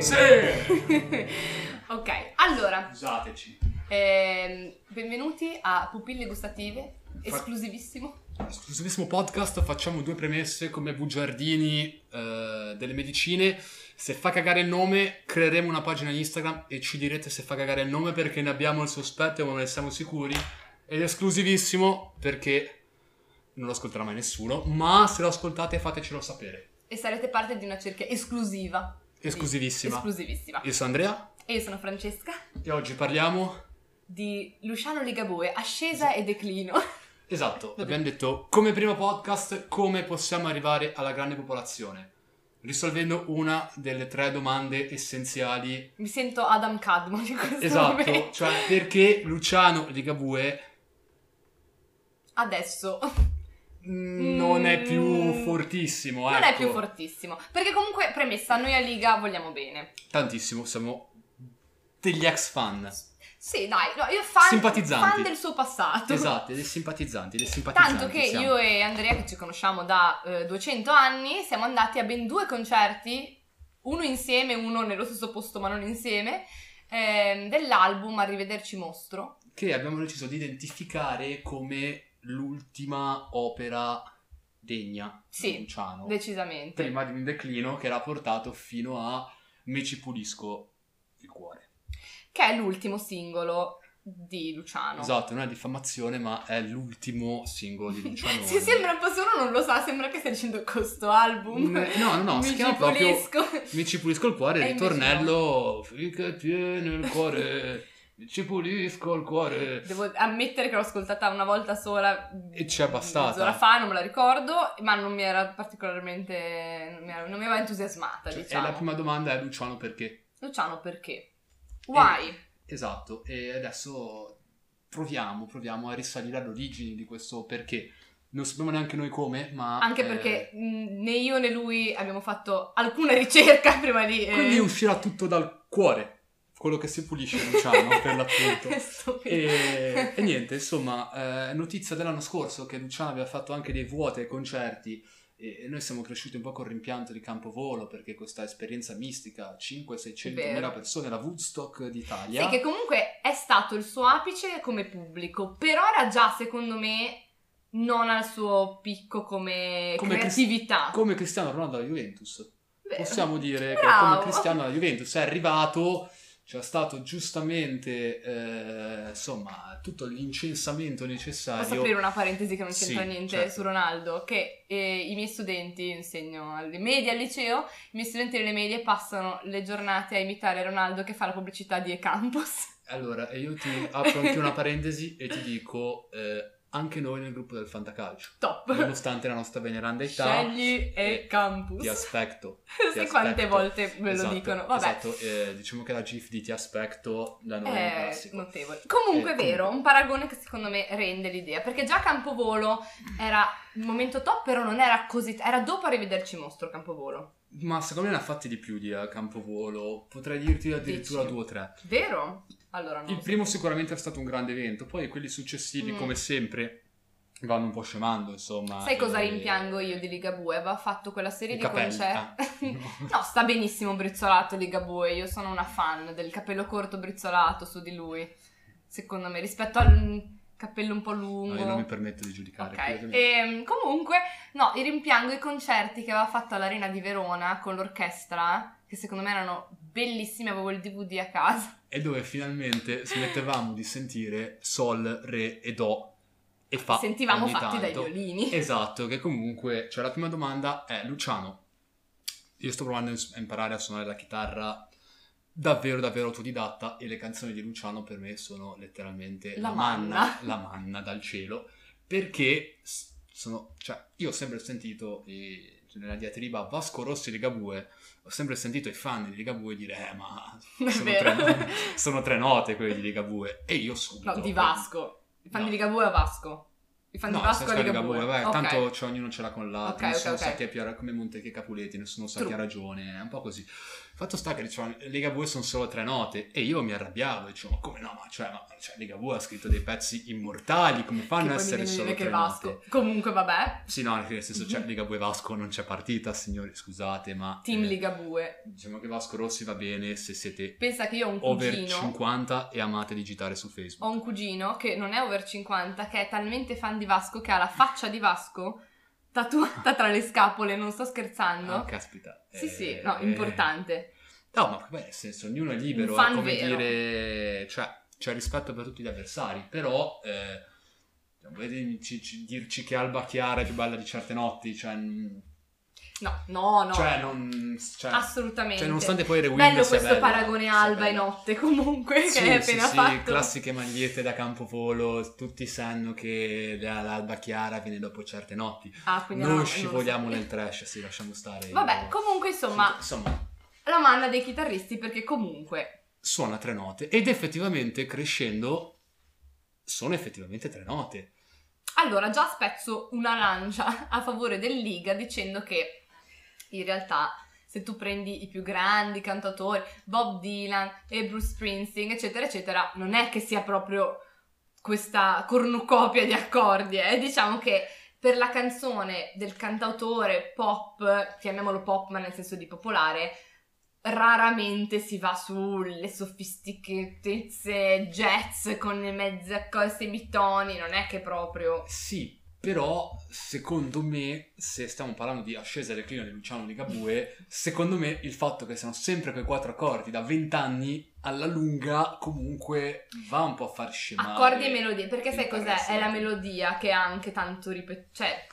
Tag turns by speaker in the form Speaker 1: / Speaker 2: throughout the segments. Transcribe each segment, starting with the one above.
Speaker 1: Sì!
Speaker 2: ok, allora,
Speaker 1: Usateci.
Speaker 2: ehm, benvenuti a Pupille Gustative,
Speaker 1: Fa-
Speaker 2: esclusivissimo.
Speaker 1: Esclusivissimo podcast, facciamo due premesse come bugiardini eh, delle medicine. Se fa cagare il nome, creeremo una pagina Instagram e ci direte se fa cagare il nome perché ne abbiamo il sospetto ma non ne siamo sicuri. Ed è esclusivissimo perché non lo ascolterà mai nessuno, ma se lo ascoltate fatecelo sapere.
Speaker 2: E sarete parte di una cerchia esclusiva.
Speaker 1: Esclusivissima.
Speaker 2: Esclusivissima.
Speaker 1: Io sono Andrea
Speaker 2: E io sono Francesca
Speaker 1: e oggi parliamo...
Speaker 2: di Luciano Ligabue, ascesa e declino.
Speaker 1: Esatto, abbiamo detto come primo podcast come possiamo arrivare alla grande popolazione, risolvendo una delle tre domande essenziali
Speaker 2: Mi sento Adam Cadmo di questo
Speaker 1: Esatto,
Speaker 2: momento.
Speaker 1: cioè perché Luciano Ligabue
Speaker 2: Adesso
Speaker 1: ecco. mh, mm, non è più
Speaker 2: Mm.
Speaker 1: fortissimo,
Speaker 2: non è
Speaker 1: ecco.
Speaker 2: più fortissimo. Perché comunque, premessa, noi a Liga vogliamo bene.
Speaker 1: Tantissimo, siamo degli ex fan.
Speaker 2: Esatto. Sì, dai, no, io fan,
Speaker 1: Simpatizzanti.
Speaker 2: fan del suo passato.
Speaker 1: Esatto, dei simpatizzanti, dei simpatizzanti.
Speaker 2: Tanto che
Speaker 1: siamo.
Speaker 2: io e Andrea, che ci conosciamo da eh, 200 anni, siamo andati a ben due concerti, uno insieme, uno nello stesso posto ma non insieme, ehm, dell'album Arrivederci Mostro.
Speaker 1: Che abbiamo deciso di identificare come l'ultima opera degna
Speaker 2: Sì,
Speaker 1: di Luciano.
Speaker 2: Decisamente.
Speaker 1: prima di un declino che l'ha portato fino a Me ci pulisco il cuore.
Speaker 2: Che è l'ultimo singolo di Luciano.
Speaker 1: Esatto, non è diffamazione, ma è l'ultimo singolo di Luciano.
Speaker 2: Se sembra un po' solo, non lo sa, sembra che stia dicendo questo album.
Speaker 1: Mm, No, no, no,
Speaker 2: Mi
Speaker 1: si chiama proprio
Speaker 2: pulisco.
Speaker 1: Mi ci pulisco il cuore,
Speaker 2: E
Speaker 1: il
Speaker 2: Eh, invece
Speaker 1: ritornello Fica tiene il cuore, mi ci pulisco il cuore
Speaker 2: Devo ammettere che l'ho ascoltata una volta sola.
Speaker 1: E ci è bastata.
Speaker 2: Mezz'ora fa, non me la ricordo, ma non mi era particolarmente. non mi, era- non mi aveva entusiasmata,
Speaker 1: Cioè, E
Speaker 2: diciamo.
Speaker 1: la prima Eh, domanda è Luciano perché?
Speaker 2: Luciano, perché? Why?
Speaker 1: Esatto, e adesso proviamo, proviamo a risalire all'origine di questo perché Non sappiamo neanche noi come, ma... eh,
Speaker 2: Anche perché mh, né io né lui abbiamo fatto alcuna ricerca prima di. eh,
Speaker 1: Quindi uscirà tutto dal cuore, quello che si pulisce Luciano per l'appunto
Speaker 2: Stupido.
Speaker 1: E, e niente, insomma, eh, notizia dell'anno scorso che Luciano aveva fatto anche dei vuoti ai concerti e e noi siamo cresciuti un po' col rimpianto di Campovolo perché questa esperienza mistica, 5-600 mila
Speaker 2: Vero.
Speaker 1: persone, la Woodstock d'Italia,
Speaker 2: Sì, che comunque è stato il suo apice come pubblico, però era già, secondo me, non al suo picco come,
Speaker 1: Come Crist-
Speaker 2: creatività.
Speaker 1: come Cristiano Ronaldo alla Juventus.
Speaker 2: Vero.
Speaker 1: Possiamo dire che
Speaker 2: Bravo.
Speaker 1: come Cristiano alla Juventus è arrivato, c'è stato giustamente, eh, insomma, tutto l'incensamento
Speaker 2: Posso
Speaker 1: necessario.
Speaker 2: aprire una parentesi che non c'entra
Speaker 1: Sì,
Speaker 2: niente
Speaker 1: certo.
Speaker 2: su Ronaldo? Che eh, i miei studenti, io insegno alle medie, al liceo, i miei studenti delle medie passano le giornate a imitare Ronaldo che fa la pubblicità di E-Campus.
Speaker 1: Allora, e io ti apro anche una parentesi e ti dico, eh, anche noi nel gruppo del Fantacalcio.
Speaker 2: Top!
Speaker 1: nonostante la nostra veneranda età, eh, ti
Speaker 2: Scegli E-Campus.
Speaker 1: aspetto. ti
Speaker 2: Sai quante
Speaker 1: aspetto.
Speaker 2: volte me
Speaker 1: Esatto,
Speaker 2: lo dicono? Vabbè.
Speaker 1: Esatto, eh, diciamo che la GIF di ti aspetto da noi è un
Speaker 2: È
Speaker 1: classico.
Speaker 2: notevole.
Speaker 1: Eh,
Speaker 2: Comunque è
Speaker 1: comunque.
Speaker 2: vero, un paragone che secondo me rende l'idea, perché già Campovolo era il momento top, però non era così, era dopo Arrivederci Mostro Campovolo.
Speaker 1: Ma secondo me ne ha fatti di più di eh, Campovolo, potrei dirti addirittura
Speaker 2: Dici?
Speaker 1: due o tre.
Speaker 2: Vero? Allora no.
Speaker 1: Il primo sicuramente è stato un grande evento, poi quelli successivi
Speaker 2: Mm.
Speaker 1: come sempre vanno un po' scemando, insomma.
Speaker 2: Sai cosa
Speaker 1: eh,
Speaker 2: rimpiango io di Ligabue? Aveva fatto quella serie
Speaker 1: i
Speaker 2: di
Speaker 1: capelli.
Speaker 2: concerti.
Speaker 1: Ah,
Speaker 2: No, sta benissimo brizzolato Ligabue, io sono una fan del capello corto brizzolato su di lui, secondo me, rispetto al cappello un po' lungo.
Speaker 1: no, io non mi permetto di giudicare.
Speaker 2: Ok,
Speaker 1: credimi.
Speaker 2: e, comunque, no, io rimpiango i concerti che aveva fatto all'Arena di Verona con l'orchestra, che secondo me erano bellissimi, avevo il DVD a casa.
Speaker 1: E dove finalmente smettevamo di sentire Sol, Re e Do e Fa.
Speaker 2: Sentivamo
Speaker 1: ogni
Speaker 2: fatti dai
Speaker 1: tanto.
Speaker 2: violini.
Speaker 1: Esatto, che comunque, cioè la prima domanda è Luciano, io sto provando a ins- a imparare a suonare la chitarra davvero davvero autodidatta e le canzoni di Luciano per me sono letteralmente
Speaker 2: La manna.
Speaker 1: la manna dal cielo, perché s- sono, cioè io ho sempre sentito eh, nella diatriba Vasco Rossi e Ligabue, ho sempre sentito i fan di Ligabue dire eh ma sono
Speaker 2: Vero.
Speaker 1: tre, sono tre note quelle di Ligabue e io subito
Speaker 2: No, di Vasco. I fan
Speaker 1: No.
Speaker 2: di Ligabue a Vasco. I fan
Speaker 1: No,
Speaker 2: di Vasco a
Speaker 1: Saskia e
Speaker 2: Ligabue.
Speaker 1: Ligabue, vai,
Speaker 2: Ok.
Speaker 1: tanto cioè, ognuno ce l'ha con l'altro,
Speaker 2: Ok,
Speaker 1: nessuno
Speaker 2: ok,
Speaker 1: sa
Speaker 2: ok.
Speaker 1: chi è più, come Monte che Capuletti, nessuno sa
Speaker 2: True.
Speaker 1: chi ha ragione, è un po' così. Fatto sta che dicevano Lega V sono solo tre note e io mi arrabbiavo, dicevo ma come no, ma, cioè, ma cioè, Lega V ha scritto dei pezzi immortali, come fanno
Speaker 2: Che
Speaker 1: a
Speaker 2: poi mi
Speaker 1: essere
Speaker 2: viene a
Speaker 1: solo
Speaker 2: dire che
Speaker 1: tre
Speaker 2: Vasco.
Speaker 1: note?
Speaker 2: Comunque, vabbè.
Speaker 1: Sì, no, nel senso, cioè, Lega V e Vasco non c'è partita, signori, scusate, ma...
Speaker 2: Team
Speaker 1: eh,
Speaker 2: Ligabue.
Speaker 1: Diciamo che Vasco Rossi va bene se siete
Speaker 2: Pensa che io ho un
Speaker 1: over
Speaker 2: cugino.
Speaker 1: 50 e amate digitare su Facebook.
Speaker 2: Ho un cugino che non è over 50, che è talmente fan di Vasco che ha la faccia di Vasco tatuata tra le scapole, non sto scherzando.
Speaker 1: Ah, caspita.
Speaker 2: Sì,
Speaker 1: Eh,
Speaker 2: sì, no,
Speaker 1: eh.
Speaker 2: importante.
Speaker 1: No, ma beh, nel senso, ognuno è libero,
Speaker 2: Un fan
Speaker 1: è come
Speaker 2: vero.
Speaker 1: dire, cioè, c'è rispetto per tutti gli avversari, però eh, non volete ci- ci- dirci che Alba Chiara è più bella di certe notti, cioè, n-
Speaker 2: No, no, no.
Speaker 1: cioè, non, cioè,
Speaker 2: assolutamente.
Speaker 1: cioè, nonostante poi Rewind
Speaker 2: Bello
Speaker 1: sia
Speaker 2: questo
Speaker 1: bella,
Speaker 2: paragone
Speaker 1: sia
Speaker 2: alba e
Speaker 1: bella.
Speaker 2: notte, comunque,
Speaker 1: Sì,
Speaker 2: che hai
Speaker 1: sì,
Speaker 2: appena
Speaker 1: sì,
Speaker 2: fatto.
Speaker 1: classiche magliette da campovolo, tutti sanno che la- l'Alba Chiara viene dopo certe notti.
Speaker 2: Ah, quindi no,
Speaker 1: non
Speaker 2: lo
Speaker 1: scivoliamo
Speaker 2: so.
Speaker 1: nel trash, sì, lasciamo stare.
Speaker 2: Vabbè, comunque, insomma,
Speaker 1: Insomma,
Speaker 2: la manna dei chitarristi, perché comunque.
Speaker 1: suona tre note ed effettivamente crescendo sono effettivamente tre note.
Speaker 2: Allora, già spezzo una lancia a favore del Liga dicendo che in realtà. Se tu prendi i più grandi cantatori, Bob Dylan e Bruce Springsteen, eccetera, eccetera, non è che sia proprio questa cornucopia di accordi, eh. diciamo che per la canzone del cantautore pop, chiamiamolo pop ma nel senso di popolare, raramente si va sulle sofisticatezze jazz con i mezzi accordi semitoni, non è che proprio...
Speaker 1: Sì, però secondo me, se stiamo parlando di ascesa e declino di Luciano Ligabue, secondo me il fatto che siano sempre quei quattro accordi da vent'anni alla lunga comunque va un po' a far scemare.
Speaker 2: Accordi e melodie, perché
Speaker 1: il
Speaker 2: sai cos'è? È
Speaker 1: parasita.
Speaker 2: la melodia che è anche tanto ripet- cioè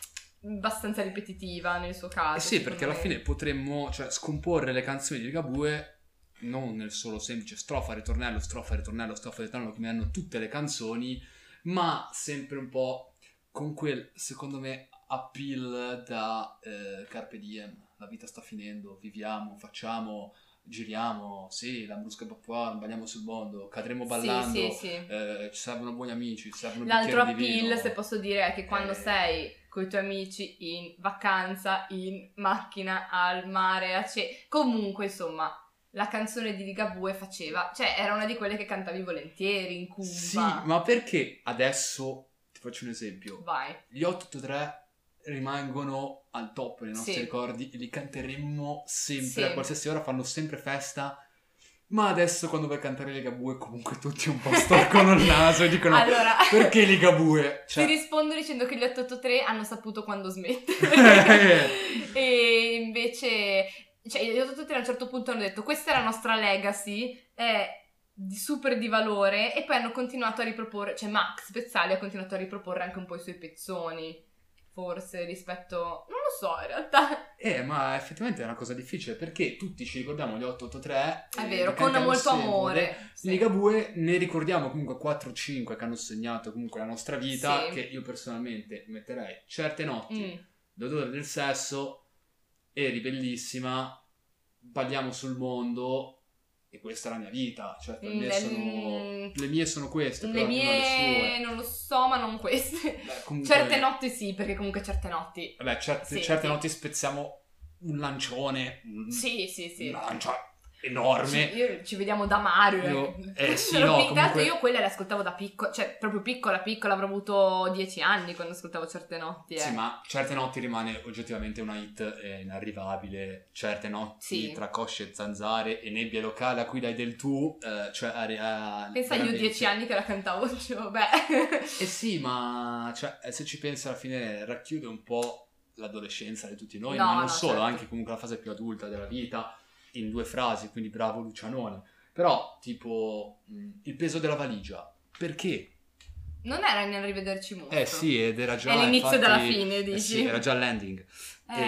Speaker 2: abbastanza ripetitiva nel suo caso.
Speaker 1: Eh sì, perché alla
Speaker 2: secondo me.
Speaker 1: fine potremmo cioè, scomporre le canzoni di Ligabue non nel solo semplice strofa, ritornello, strofa, ritornello, strofa, ritornello, come hanno tutte le canzoni, ma sempre un po' con quel, secondo me, appeal da eh, Carpe Diem. La vita sta finendo, viviamo, facciamo, giriamo, sì, la brusca popcorn, balliamo sul mondo, cadremo ballando,
Speaker 2: Sì, sì, sì.
Speaker 1: eh, ci servono buoni amici, ci servono
Speaker 2: L'altro
Speaker 1: bicchieri di vino.
Speaker 2: appeal, se posso dire, è che quando
Speaker 1: Eh.
Speaker 2: sei con i tuoi amici in vacanza, in macchina, al mare, a ce... comunque insomma, la canzone di Ligabue faceva, cioè era una di quelle che cantavi volentieri in Cuba.
Speaker 1: Sì, ma perché adesso, ti faccio un esempio,
Speaker 2: Vai.
Speaker 1: gli 883 rimangono al top nei nostri
Speaker 2: Sì.
Speaker 1: ricordi e li canteremmo sempre
Speaker 2: Sì.
Speaker 1: a qualsiasi ora, fanno sempre festa. Ma adesso quando vai a cantare Ligabue comunque tutti un po' storcono il naso e dicono
Speaker 2: allora,
Speaker 1: perché Ligabue? Cioè,
Speaker 2: Ti rispondo dicendo che gli 883 hanno saputo quando smettere. e invece, cioè, gli 883 a un certo punto hanno detto questa è la nostra legacy, è di- super di valore e poi hanno continuato a riproporre, cioè Max Pezzali ha continuato a riproporre anche un po' i suoi pezzoni, forse rispetto, non lo so in realtà,
Speaker 1: eh, ma effettivamente è una cosa difficile perché tutti ci ricordiamo gli 883.
Speaker 2: è
Speaker 1: eh,
Speaker 2: vero,
Speaker 1: li
Speaker 2: con
Speaker 1: cantiamo
Speaker 2: molto
Speaker 1: sempre.
Speaker 2: amore.
Speaker 1: Di Ligabue ne ricordiamo comunque 4-5 che hanno segnato comunque la nostra vita,
Speaker 2: Sì.
Speaker 1: che io personalmente metterei certe notti,
Speaker 2: Mm.
Speaker 1: l'odore del sesso, eri bellissima, balliamo sul mondo e questa è la mia vita, cioè per me
Speaker 2: Mm,
Speaker 1: sono-
Speaker 2: mm,
Speaker 1: le mie sono queste,
Speaker 2: le
Speaker 1: però ognuno ha
Speaker 2: mie
Speaker 1: le
Speaker 2: non lo so, ma non queste.
Speaker 1: sue. Beh, comunque-
Speaker 2: Certe notti sì, perché comunque certe notti.
Speaker 1: Vabbè, certe,
Speaker 2: Sì,
Speaker 1: certe
Speaker 2: sì.
Speaker 1: notti spezziamo un lancione, un,
Speaker 2: Sì, sì, sì.
Speaker 1: un lancio enorme.
Speaker 2: Ci, io- ci vediamo da Mario. ecco.
Speaker 1: Io- eh, sì,
Speaker 2: Però
Speaker 1: no,
Speaker 2: più che altro
Speaker 1: comunque-
Speaker 2: io quelle le ascoltavo da piccola, cioè proprio piccola, piccola, avrò avuto dieci anni quando ascoltavo certe notti. eh.
Speaker 1: Sì, ma certe notti rimane oggettivamente una hit eh, inarrivabile. Certe notti
Speaker 2: Sì.
Speaker 1: tra cosce e zanzare e nebbia locale a cui dai del tu, eh, cioè a, a-
Speaker 2: Pensa io
Speaker 1: veramente.
Speaker 2: dieci anni che la cantavo, cioè, vabbè.
Speaker 1: Eh sì, ma cioè, eh, se ci pensi alla fine racchiude un po' l'adolescenza di tutti noi,
Speaker 2: No,
Speaker 1: ma non
Speaker 2: no,
Speaker 1: solo,
Speaker 2: certo.
Speaker 1: anche comunque la fase più adulta della vita in due frasi, quindi bravo Lucianone. Però tipo mh, il peso della valigia, perché?
Speaker 2: Non era nel rivederci molto.
Speaker 1: Eh sì, ed era già
Speaker 2: Esatto. È l'inizio
Speaker 1: infatti-
Speaker 2: della fine, dici.
Speaker 1: eh sì, era già il landing.
Speaker 2: Eh,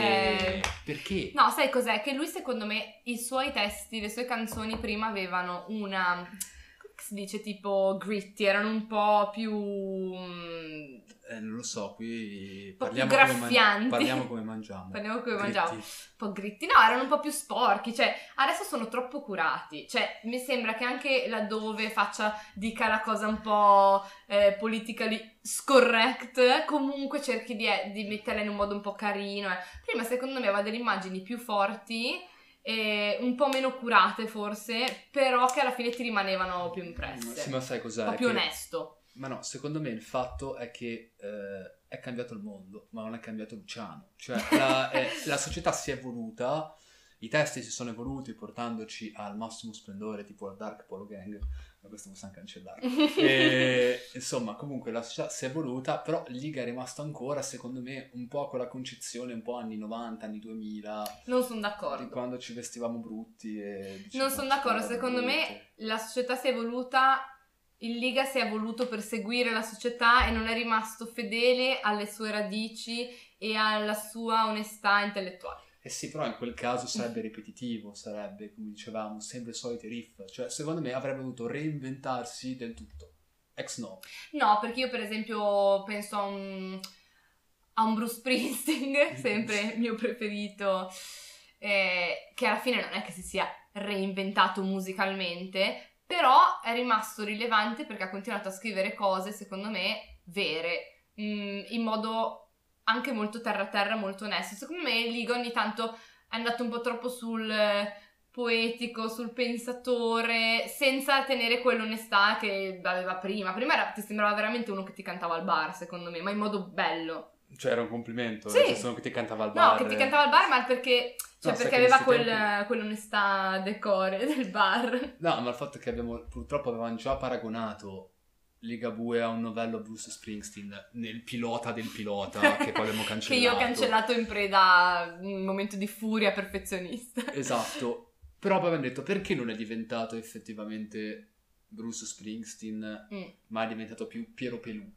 Speaker 1: Eh, perché?
Speaker 2: No, sai cos'è? Che lui, secondo me, i suoi testi, le sue canzoni prima avevano una. come si dice tipo gritty, erano un po' più. mm,
Speaker 1: Eh, non lo so, qui
Speaker 2: po' più
Speaker 1: parliamo come, man-
Speaker 2: graffianti.
Speaker 1: parliamo come mangiamo.
Speaker 2: Parliamo come
Speaker 1: Dritti.
Speaker 2: mangiamo. Un po' gritti, no, erano un po' più sporchi, cioè adesso sono troppo curati, cioè mi sembra che anche laddove faccia, dica la cosa un po' eh, politically scorrect, comunque eh. cerchi di, di metterla in un modo un po' carino. eh. Prima secondo me aveva delle immagini più forti eh, un po' meno curate forse, però che alla fine ti rimanevano più impresse.
Speaker 1: Sì, ma sai
Speaker 2: un
Speaker 1: cos'è?
Speaker 2: po' più
Speaker 1: Che-
Speaker 2: onesto.
Speaker 1: Ma no, secondo me il fatto è che eh, è cambiato il mondo, ma non è cambiato Luciano. Cioè, la, eh, la società si è evoluta, i testi si sono evoluti portandoci al massimo splendore, tipo la Dark Polo Gang, ma questo possiamo cancellare. E, insomma, comunque la società si è evoluta, però Liga è rimasta ancora, secondo me, un po' con la concezione un po' anni 90, anni 2000,
Speaker 2: Non sono
Speaker 1: di
Speaker 2: d'accordo.
Speaker 1: quando ci vestivamo brutti e... dicevamo
Speaker 2: Non sono d'accordo,
Speaker 1: cose
Speaker 2: secondo me
Speaker 1: brutte.
Speaker 2: la società si è evoluta, il Liga si è voluto perseguire la società e non è rimasto fedele alle sue radici e alla sua onestà intellettuale.
Speaker 1: Eh sì, però in quel caso sarebbe ripetitivo, sarebbe, come dicevamo, sempre soliti riff. Cioè, secondo me avrebbe dovuto reinventarsi del tutto. Ex no.
Speaker 2: No, perché io per esempio penso a un, a un Bruce Springsteen, sempre il mio preferito, eh, che alla fine non è che si sia reinventato musicalmente, però è rimasto rilevante perché ha continuato a scrivere cose, secondo me, vere, mm, in modo anche molto terra-terra, molto onesto. Secondo me Liga ogni tanto è andato un po' troppo sul eh, poetico, sul pensatore, senza tenere quell'onestà che aveva prima. Prima era- ti sembrava veramente uno che ti cantava al bar, secondo me, ma in modo bello.
Speaker 1: Cioè, era un complimento,
Speaker 2: Sì.
Speaker 1: nel senso che ti cantava al
Speaker 2: No,
Speaker 1: bar. eh.
Speaker 2: che ti cantava al bar, ma perché, cioè,
Speaker 1: No, sai
Speaker 2: perché
Speaker 1: che
Speaker 2: aveva
Speaker 1: in
Speaker 2: quel-
Speaker 1: questi tempi-
Speaker 2: quell'onestà decore del bar.
Speaker 1: No, ma il fatto è che abbiamo, purtroppo avevamo già paragonato Ligabue a un novello Bruce Springsteen nel pilota del pilota, che poi abbiamo
Speaker 2: Che
Speaker 1: cancellato.
Speaker 2: io ho cancellato in preda a un momento di furia perfezionista.
Speaker 1: Esatto. Però poi abbiamo detto, perché non è diventato effettivamente Bruce Springsteen,
Speaker 2: Mm.
Speaker 1: ma è diventato più Piero Pelù?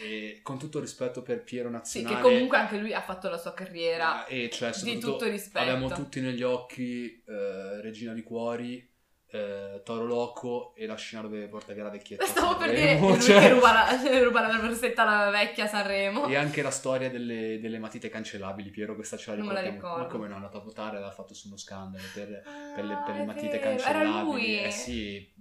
Speaker 1: E con tutto rispetto per Piero
Speaker 2: sì,
Speaker 1: Nazionale,
Speaker 2: che comunque anche lui ha fatto la sua carriera.
Speaker 1: e cioè,
Speaker 2: Di
Speaker 1: soprattutto
Speaker 2: tutto rispetto.
Speaker 1: abbiamo tutti negli occhi eh, Regina di Cuori, eh, Toro Loco e la scena dove porta via la vecchietta. a
Speaker 2: Stavo per dire
Speaker 1: Ah, Sanremo,
Speaker 2: lui
Speaker 1: cioè, eh,
Speaker 2: che ruba la, ruba la borsetta alla vecchia a Sanremo.
Speaker 1: E anche la storia delle, delle matite cancellabili, Piero, questa ce la
Speaker 2: Non me la
Speaker 1: ricordiamo. Ma
Speaker 2: ricordo.
Speaker 1: come no, è andato a votare, l'ha fatto su uno scandalo per,
Speaker 2: Ah,
Speaker 1: per le, per le
Speaker 2: è
Speaker 1: matite
Speaker 2: vero,
Speaker 1: cancellabili.
Speaker 2: Era lui.
Speaker 1: Eh sì.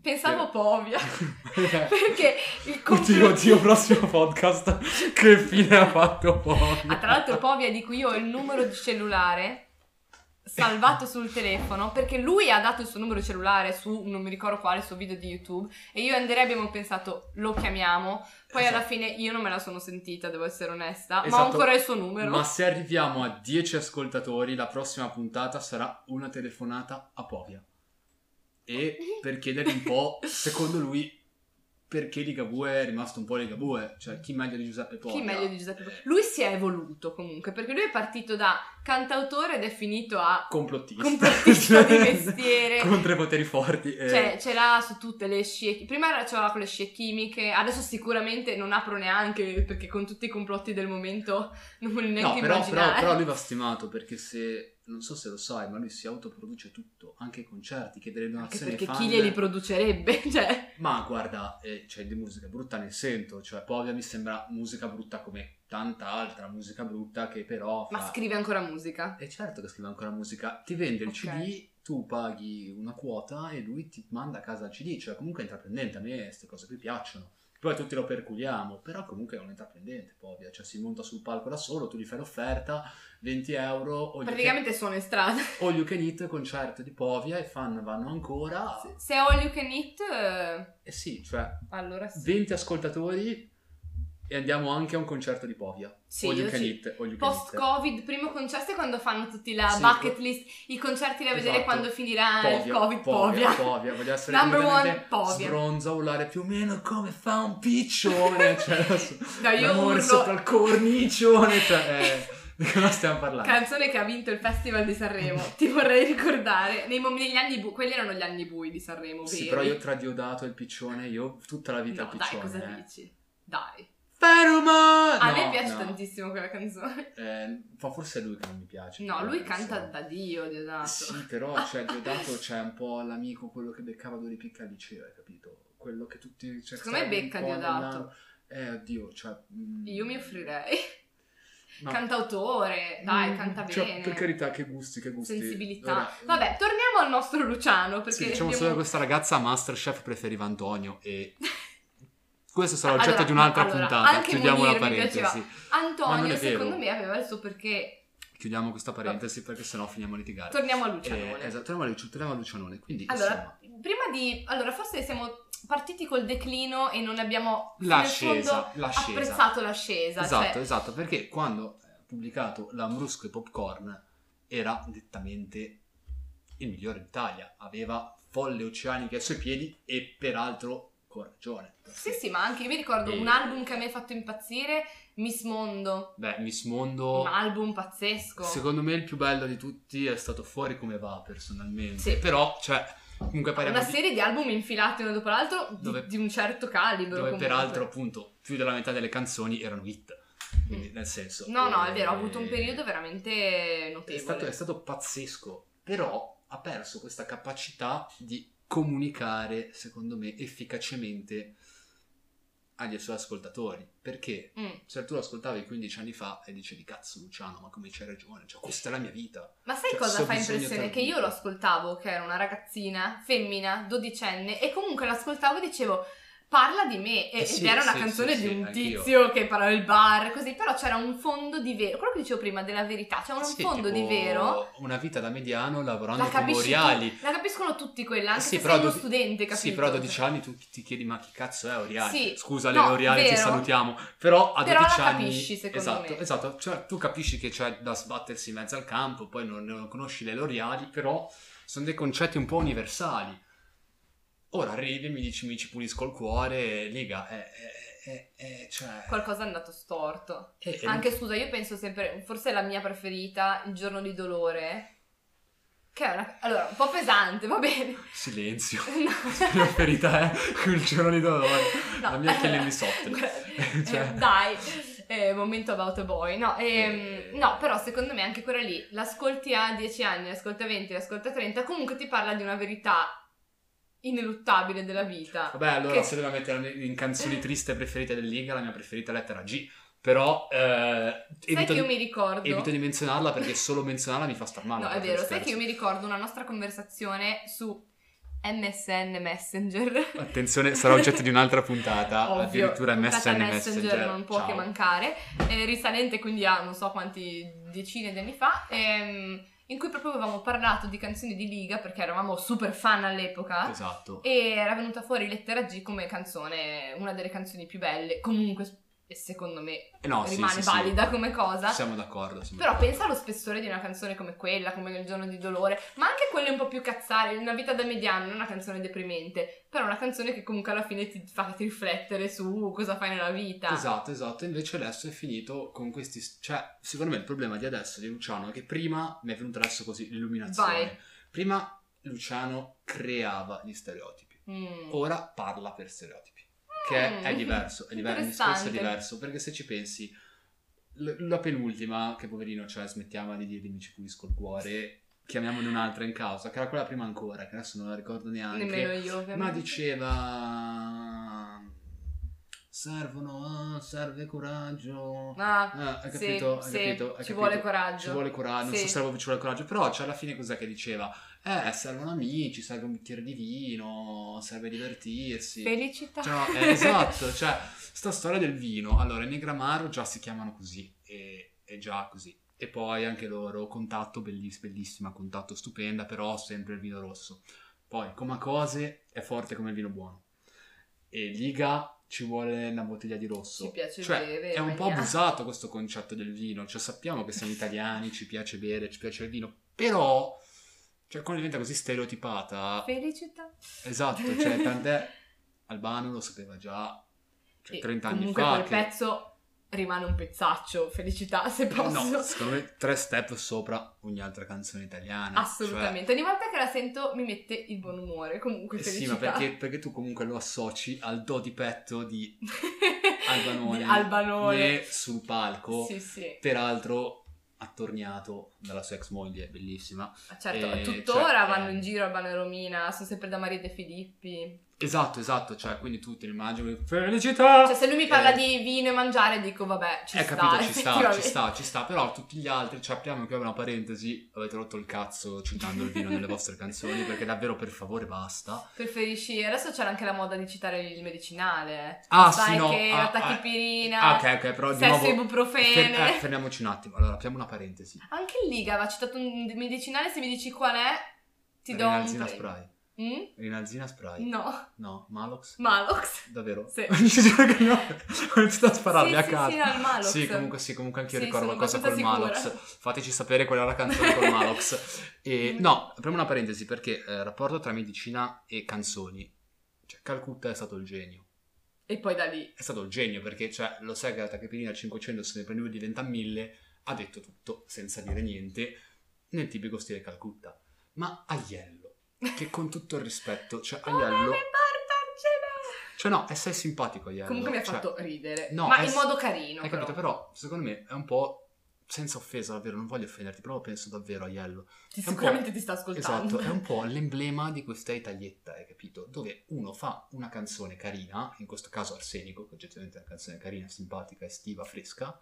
Speaker 1: Piero-
Speaker 2: Pensavo Povia. Perché
Speaker 1: Eh.
Speaker 2: il
Speaker 1: Oddio,
Speaker 2: complotto-
Speaker 1: oddio, prossimo podcast. Che fine ha fatto poi?
Speaker 2: Ah, tra l'altro Povia di cui io ho il numero di cellulare salvato sul telefono perché lui ha dato il suo numero di cellulare su non mi ricordo quale suo video di YouTube e io e Andrea abbiamo pensato lo chiamiamo, poi
Speaker 1: Esatto.
Speaker 2: alla fine io non me la sono sentita, devo essere onesta, ma ho
Speaker 1: Esatto.
Speaker 2: ancora il suo numero.
Speaker 1: Ma se arriviamo a 10 ascoltatori, la prossima puntata sarà una telefonata a Povia. E per chiedergli un po', secondo lui, perché Ligabue è rimasto un po' Ligabue, cioè chi meglio di Giuseppe Povia?
Speaker 2: Chi meglio di Giuseppe? Povia? Lui si è evoluto comunque perché lui è partito da cantautore ed è finito a
Speaker 1: Complottista.
Speaker 2: complottista di
Speaker 1: Cioè,
Speaker 2: mestiere.
Speaker 1: Con tre poteri forti. eh.
Speaker 2: Cioè, ce l'ha su tutte le scie. Prima era- ce l'ha con le scie chimiche, adesso sicuramente non apro neanche perché con tutti i complotti del momento non voglio
Speaker 1: No,
Speaker 2: neanche
Speaker 1: però, però,
Speaker 2: immaginare.
Speaker 1: però lui va stimato perché se, non so se lo sai, ma lui si autoproduce tutto, anche i concerti, che delle
Speaker 2: Anche
Speaker 1: donazioni ai
Speaker 2: perché
Speaker 1: fan.
Speaker 2: chi glieli producerebbe? Cioè,
Speaker 1: Ma guarda, eh, cioè, di musica brutta ne sento, cioè Povia mi sembra musica brutta come tanta altra musica brutta che però...
Speaker 2: ma
Speaker 1: fa-
Speaker 2: scrive ancora musica.
Speaker 1: È certo che scrive ancora musica, ti vende il
Speaker 2: Ok.
Speaker 1: CD, tu paghi una quota e lui ti manda a casa il CD, cioè comunque è intraprendente, a me queste cose qui piacciono. Poi tutti lo perculiamo, però comunque è un intraprendente Povia, cioè si monta sul palco da solo, tu gli fai l'offerta, 20 euro, all you can-
Speaker 2: Praticamente sono in strada.
Speaker 1: all you can eat, concerto di Povia, i fan vanno ancora,
Speaker 2: Se- Se ho all you can eat, eh,
Speaker 1: e sì, cioè
Speaker 2: allora sì.
Speaker 1: 20 ascoltatori e andiamo anche a un concerto di Povia.
Speaker 2: Sì,
Speaker 1: o
Speaker 2: io
Speaker 1: you can
Speaker 2: sì.
Speaker 1: eat, all you can
Speaker 2: Post Covid, primo concerto è quando fanno tutti la
Speaker 1: Sì,
Speaker 2: bucket
Speaker 1: po-
Speaker 2: list, i concerti da vedere
Speaker 1: Esatto.
Speaker 2: quando finirà
Speaker 1: eat.
Speaker 2: eh, il Covid
Speaker 1: Povia,
Speaker 2: povia.
Speaker 1: Povia, voglio essere
Speaker 2: Number one
Speaker 1: completamente
Speaker 2: povia.
Speaker 1: sbronzo, urlare più o meno come fa un piccione, cioè adesso,
Speaker 2: No, io
Speaker 1: l'amore
Speaker 2: urlo-
Speaker 1: sopra il cornicione, cioè, eh, di cosa stiamo parlando?
Speaker 2: Canzone che ha vinto il Festival di Sanremo, ti vorrei ricordare. Nei, mom- negli anni bui, quelli erano gli anni bui di Sanremo,
Speaker 1: sì,
Speaker 2: veri.
Speaker 1: però io tra Diodato e il piccione, io tutta la vita
Speaker 2: No,
Speaker 1: il
Speaker 2: dai,
Speaker 1: piccione.
Speaker 2: cosa
Speaker 1: eh.
Speaker 2: dici? Dai.
Speaker 1: Fermo!
Speaker 2: A
Speaker 1: No,
Speaker 2: me piace
Speaker 1: no.
Speaker 2: tantissimo quella canzone.
Speaker 1: Eh, fa forse è lui che non mi piace.
Speaker 2: No, lui canta
Speaker 1: da
Speaker 2: da Dio, Diodato.
Speaker 1: Eh, Sì, però cioè, Diodato c'è un po' l'amico, quello che beccava Dori Picca al liceo, hai capito? Quello che tutti... Cioè,
Speaker 2: Secondo
Speaker 1: stavano
Speaker 2: me becca
Speaker 1: un po'
Speaker 2: Diodato.
Speaker 1: nella- Eh, oddio, cioè... mm,
Speaker 2: Io mi offrirei.
Speaker 1: ma-
Speaker 2: Cantautore, dai,
Speaker 1: Mm,
Speaker 2: canta
Speaker 1: cioè,
Speaker 2: bene.
Speaker 1: per carità, che gusti, che gusti.
Speaker 2: Sensibilità.
Speaker 1: Ora,
Speaker 2: Vabbè, torniamo al nostro Luciano, perché...
Speaker 1: sì, diciamo solo
Speaker 2: abbiamo-
Speaker 1: che questa ragazza a Masterchef preferiva Antonio e... Questo sarà oggetto
Speaker 2: Allora,
Speaker 1: di un'altra
Speaker 2: allora,
Speaker 1: puntata,
Speaker 2: anche
Speaker 1: chiudiamo la
Speaker 2: Munir mi
Speaker 1: parentesi.
Speaker 2: piaceva.
Speaker 1: Ma non
Speaker 2: Antonio,
Speaker 1: è vero.
Speaker 2: secondo me, aveva il suo perché.
Speaker 1: Chiudiamo questa parentesi perché sennò finiamo a litigare.
Speaker 2: Torniamo a
Speaker 1: Eh,
Speaker 2: Lucianone.
Speaker 1: esatto, torniamo a Luci- torniamo a Lucianone. Quindi,
Speaker 2: Allora, prima di... Allora, forse siamo partiti col declino e non abbiamo
Speaker 1: insomma,
Speaker 2: nel fondo
Speaker 1: l'ascesa, l'ascesa.
Speaker 2: apprezzato l'ascesa.
Speaker 1: Esatto,
Speaker 2: cioè,
Speaker 1: esatto, perché quando eh, pubblicato La Brusco e Popcorn era nettamente il migliore d'Italia, aveva folle oceaniche ai suoi piedi e peraltro con ragione.
Speaker 2: Sì, sì, ma anche io mi ricordo
Speaker 1: E-
Speaker 2: un album che a me ha fatto impazzire, Miss Mondo.
Speaker 1: Beh, Miss Mondo,
Speaker 2: Un album pazzesco.
Speaker 1: Oh. secondo me il più bello di tutti è stato fuori come va personalmente,
Speaker 2: Sì.
Speaker 1: però cioè comunque parliamo
Speaker 2: Una
Speaker 1: di-
Speaker 2: serie di album infilati uno dopo l'altro di,
Speaker 1: Dove-
Speaker 2: di un certo calibro.
Speaker 1: dove
Speaker 2: comunque.
Speaker 1: peraltro appunto più della metà delle canzoni erano hit, quindi
Speaker 2: Mm.
Speaker 1: nel senso...
Speaker 2: No, no, è
Speaker 1: eh,
Speaker 2: vero, ha avuto un periodo veramente
Speaker 1: è stato, è
Speaker 2: notevole.
Speaker 1: stato pazzesco, però ha perso questa capacità di comunicare, secondo me, efficacemente agli suoi ascoltatori. Perché
Speaker 2: Mm.
Speaker 1: se tu lo ascoltavi 15 anni fa e dicevi cazzo Luciano, ma come c'hai ragione, cioè questa è la mia vita.
Speaker 2: Ma sai
Speaker 1: Cioè,
Speaker 2: cosa
Speaker 1: so
Speaker 2: fa
Speaker 1: bisogno
Speaker 2: impressione? Che
Speaker 1: terribile.
Speaker 2: io lo ascoltavo, che ero una ragazzina, femmina, dodicenne, e comunque l'ascoltavo e dicevo parla di me. E-
Speaker 1: Eh sì,
Speaker 2: ed era una
Speaker 1: sì,
Speaker 2: canzone
Speaker 1: sì,
Speaker 2: di
Speaker 1: sì,
Speaker 2: un
Speaker 1: anch'io.
Speaker 2: tizio che parlava il bar, così, però c'era un fondo di vero, quello che dicevo prima della verità, c'era un
Speaker 1: Sì,
Speaker 2: fondo
Speaker 1: tipo
Speaker 2: di vero.
Speaker 1: Una vita da mediano lavorando
Speaker 2: La,
Speaker 1: con
Speaker 2: capisci
Speaker 1: Oriali.
Speaker 2: tu- la capiscono tutti quella, anche
Speaker 1: Eh Sì,
Speaker 2: se
Speaker 1: però
Speaker 2: sei uno
Speaker 1: dodi-
Speaker 2: studente, capito?
Speaker 1: Sì, però a 12
Speaker 2: Cioè,
Speaker 1: anni tu ti chiedi ma chi cazzo è Oriali?
Speaker 2: Sì,
Speaker 1: Scusa
Speaker 2: no,
Speaker 1: le Oriali, ci
Speaker 2: vero.
Speaker 1: salutiamo. Però a
Speaker 2: Però
Speaker 1: 12
Speaker 2: la
Speaker 1: anni...
Speaker 2: capisci, secondo
Speaker 1: esatto,
Speaker 2: me.
Speaker 1: Esatto, cioè, tu capisci che c'è da sbattersi in mezzo al campo, poi non, non conosci le L'Oreali, però sono dei concetti un po' universali. Ora arrivi e mi dici mi ci pulisco il cuore, liga, eh, è... è- è- è- cioè... eh,
Speaker 2: Qualcosa è andato storto.
Speaker 1: è- è-
Speaker 2: Anche scusa, io penso sempre, forse la mia preferita, il giorno di dolore. Che è una. Allora, un po' pesante, va bene.
Speaker 1: Silenzio. La mia
Speaker 2: No.
Speaker 1: verità è quel giorno di dolore.
Speaker 2: No.
Speaker 1: La mia è Killing Me Softly.
Speaker 2: Eh,
Speaker 1: Cioè-
Speaker 2: Dai, eh, momento about a boy. No, ehm,
Speaker 1: Eh.
Speaker 2: no, però secondo me anche quella lì, l'ascolti a 10 anni, l'ascolti a 20, l'ascolti a 30, comunque ti parla di una verità ineluttabile della vita.
Speaker 1: Vabbè, allora
Speaker 2: Che- Eh.
Speaker 1: se devo mettere in canzoni triste preferite del Liga, la mia preferita è lettera G. Però eh,
Speaker 2: Sai
Speaker 1: evito,
Speaker 2: che io
Speaker 1: di-
Speaker 2: mi ricordo...
Speaker 1: evito di menzionarla perché solo menzionarla mi fa star male.
Speaker 2: No, è
Speaker 1: perché
Speaker 2: vero,
Speaker 1: lo
Speaker 2: sai che io mi ricordo una nostra conversazione su MSN Messenger.
Speaker 1: scherzo. Attenzione, sarà oggetto di un'altra puntata,
Speaker 2: Ovvio,
Speaker 1: addirittura
Speaker 2: puntata
Speaker 1: MSN
Speaker 2: Messenger,
Speaker 1: Messenger.
Speaker 2: non può
Speaker 1: Ciao.
Speaker 2: che mancare, eh, risalente quindi a non so quanti decine di anni fa, ehm, in cui proprio avevamo parlato di canzoni di Liga perché eravamo super fan all'epoca.
Speaker 1: Esatto.
Speaker 2: Ah, E era venuta fuori Lettera G come canzone, una delle canzoni più belle, comunque e secondo me
Speaker 1: Eh, no, sì,
Speaker 2: rimane
Speaker 1: sì, sì.
Speaker 2: valida come cosa.
Speaker 1: Siamo d'accordo. siamo
Speaker 2: Però
Speaker 1: d'accordo.
Speaker 2: pensa allo spessore di una canzone come quella, come Nel giorno di dolore, ma anche quelle un po' più cazzare, Una vita da mediano, non una canzone deprimente, però una canzone che comunque alla fine ti fa riflettere su cosa fai nella vita.
Speaker 1: Esatto, esatto. Invece adesso è finito con questi. Cioè, secondo me il problema di adesso di Luciano è che prima mi è venuta adesso così l'illuminazione.
Speaker 2: Vai.
Speaker 1: Prima Luciano creava gli stereotipi.
Speaker 2: Mm.
Speaker 1: ora parla per stereotipi. Che
Speaker 2: Mm.
Speaker 1: è diverso, è diverso, il discorso è
Speaker 2: Interessante.
Speaker 1: diverso, perché se ci pensi, l- la penultima, che poverino, cioè smettiamo di dirgli mi ci pulisco il cuore, chiamiamone un'altra in causa, che era quella prima ancora, che adesso non la ricordo neanche,
Speaker 2: Nemmeno io, ovviamente.
Speaker 1: ma diceva... Servono, serve coraggio.
Speaker 2: Ah,
Speaker 1: Ah, hai
Speaker 2: sì,
Speaker 1: capito? hai
Speaker 2: sì,
Speaker 1: capito, hai
Speaker 2: ci
Speaker 1: capito.
Speaker 2: vuole coraggio.
Speaker 1: Ci vuole coraggio, non
Speaker 2: Sì.
Speaker 1: so se proprio ci vuole coraggio, però cioè, alla fine cos'è che diceva? Eh, servono amici, serve un bicchiere di vino, serve divertirsi.
Speaker 2: Felicità.
Speaker 1: Cioè, eh, esatto, cioè, sta storia del vino. Allora, i Negramaro già si chiamano così, e, è già così. E poi anche loro, contatto belliss- bellissima, contatto stupenda, però sempre il vino rosso. Poi, come cose, è forte come il vino buono. E Liga ci vuole una bottiglia di rosso.
Speaker 2: Ci piace
Speaker 1: cioè,
Speaker 2: bere,
Speaker 1: è un po'
Speaker 2: maniaco.
Speaker 1: abusato questo concetto del vino. Cioè, sappiamo che siamo italiani, ci piace bere, ci piace il vino, però... Cioè, quando diventa così stereotipata,
Speaker 2: Felicità.
Speaker 1: Esatto, cioè tant'è Albano lo sapeva già cioè,
Speaker 2: Sì,
Speaker 1: 30 anni
Speaker 2: comunque
Speaker 1: fa.
Speaker 2: quel
Speaker 1: che-
Speaker 2: pezzo rimane un pezzaccio, felicità se posso.
Speaker 1: No, secondo me tre step sopra ogni altra canzone italiana. cioè,
Speaker 2: Assolutamente. Ogni volta che la sento mi mette il buon umore, comunque
Speaker 1: Cioè, eh
Speaker 2: felicità.
Speaker 1: sì, ma perché, perché tu comunque lo associ al do di petto di Albanone,
Speaker 2: Di Albanone.
Speaker 1: né sul palco,
Speaker 2: Sì, sì.
Speaker 1: peraltro attorniato dalla sua ex moglie, bellissima.
Speaker 2: Certo,
Speaker 1: Eh,
Speaker 2: tuttora
Speaker 1: cioè,
Speaker 2: vanno
Speaker 1: eh.
Speaker 2: in giro a Albano e Romina, sono sempre da Maria De Filippi.
Speaker 1: Esatto, esatto, cioè quindi tu ti immagini felicità.
Speaker 2: Cioè, se lui mi parla
Speaker 1: Eh.
Speaker 2: di vino e mangiare, dico vabbè, ci
Speaker 1: Eh,
Speaker 2: sta.
Speaker 1: capito, ci sta, ci
Speaker 2: effettivamente.
Speaker 1: sta, ci sta, però tutti gli altri, cioè apriamo qui una parentesi, avete rotto il cazzo citando il vino nelle vostre canzoni, perché davvero per favore basta.
Speaker 2: Preferisci. Adesso c'era anche la moda di citare il medicinale.
Speaker 1: Ah,
Speaker 2: Sai
Speaker 1: sì, no,
Speaker 2: che
Speaker 1: ah,
Speaker 2: la
Speaker 1: ah,
Speaker 2: tachipirina.
Speaker 1: Ah, ok, ok, però di
Speaker 2: Sesso
Speaker 1: nuovo...
Speaker 2: e ibuprofene.
Speaker 1: Fer- eh, fermiamoci un attimo, allora apriamo una parentesi.
Speaker 2: Anche il Liga aveva citato un medicinale, se mi dici qual è, ti do un
Speaker 1: Rinalzina
Speaker 2: premio.
Speaker 1: spray.
Speaker 2: Mm?
Speaker 1: Rinalzina spray.
Speaker 2: No,
Speaker 1: No, Malox.
Speaker 2: Malox.
Speaker 1: Davvero?
Speaker 2: Sì.
Speaker 1: Ci giuro che no. Non sto a spararmi
Speaker 2: Sì,
Speaker 1: a
Speaker 2: sì,
Speaker 1: casa.
Speaker 2: sì, no, il Malox.
Speaker 1: Sì, comunque sì, comunque anche io
Speaker 2: Sì,
Speaker 1: ricordo
Speaker 2: sono
Speaker 1: qualcosa col
Speaker 2: abbastanza
Speaker 1: Malox.
Speaker 2: sicura.
Speaker 1: Fateci sapere qual era la canzone col Malox.
Speaker 2: Mm.
Speaker 1: E, no, apriamo una parentesi perché eh, rapporto tra medicina e canzoni. Cioè, Calcutta è stato il genio.
Speaker 2: E poi da lì.
Speaker 1: È stato il genio perché, cioè, lo sai che la tachipirina al 500 se ne prendeva diventa 1000, ha detto tutto senza dire niente, nel tipico stile Calcutta. Ma Aiello, che con tutto il rispetto, cioè
Speaker 2: Come
Speaker 1: Aiello...
Speaker 2: portarcela?
Speaker 1: Cioè no, è sei simpatico Aiello.
Speaker 2: Comunque mi ha
Speaker 1: cioè-
Speaker 2: fatto ridere.
Speaker 1: no,
Speaker 2: ma
Speaker 1: è-
Speaker 2: in modo carino.
Speaker 1: Hai
Speaker 2: però.
Speaker 1: capito? Però, secondo me, è un po'... Senza offesa, davvero, non voglio offenderti, però penso davvero a Iello.
Speaker 2: Ti-
Speaker 1: è un po'-
Speaker 2: sicuramente ti sta ascoltando.
Speaker 1: Esatto, è un po' l'emblema di questa Italietta, hai capito? Dove uno fa una canzone carina, in questo caso Arsenico, che oggettivamente è una canzone carina, simpatica, estiva, fresca,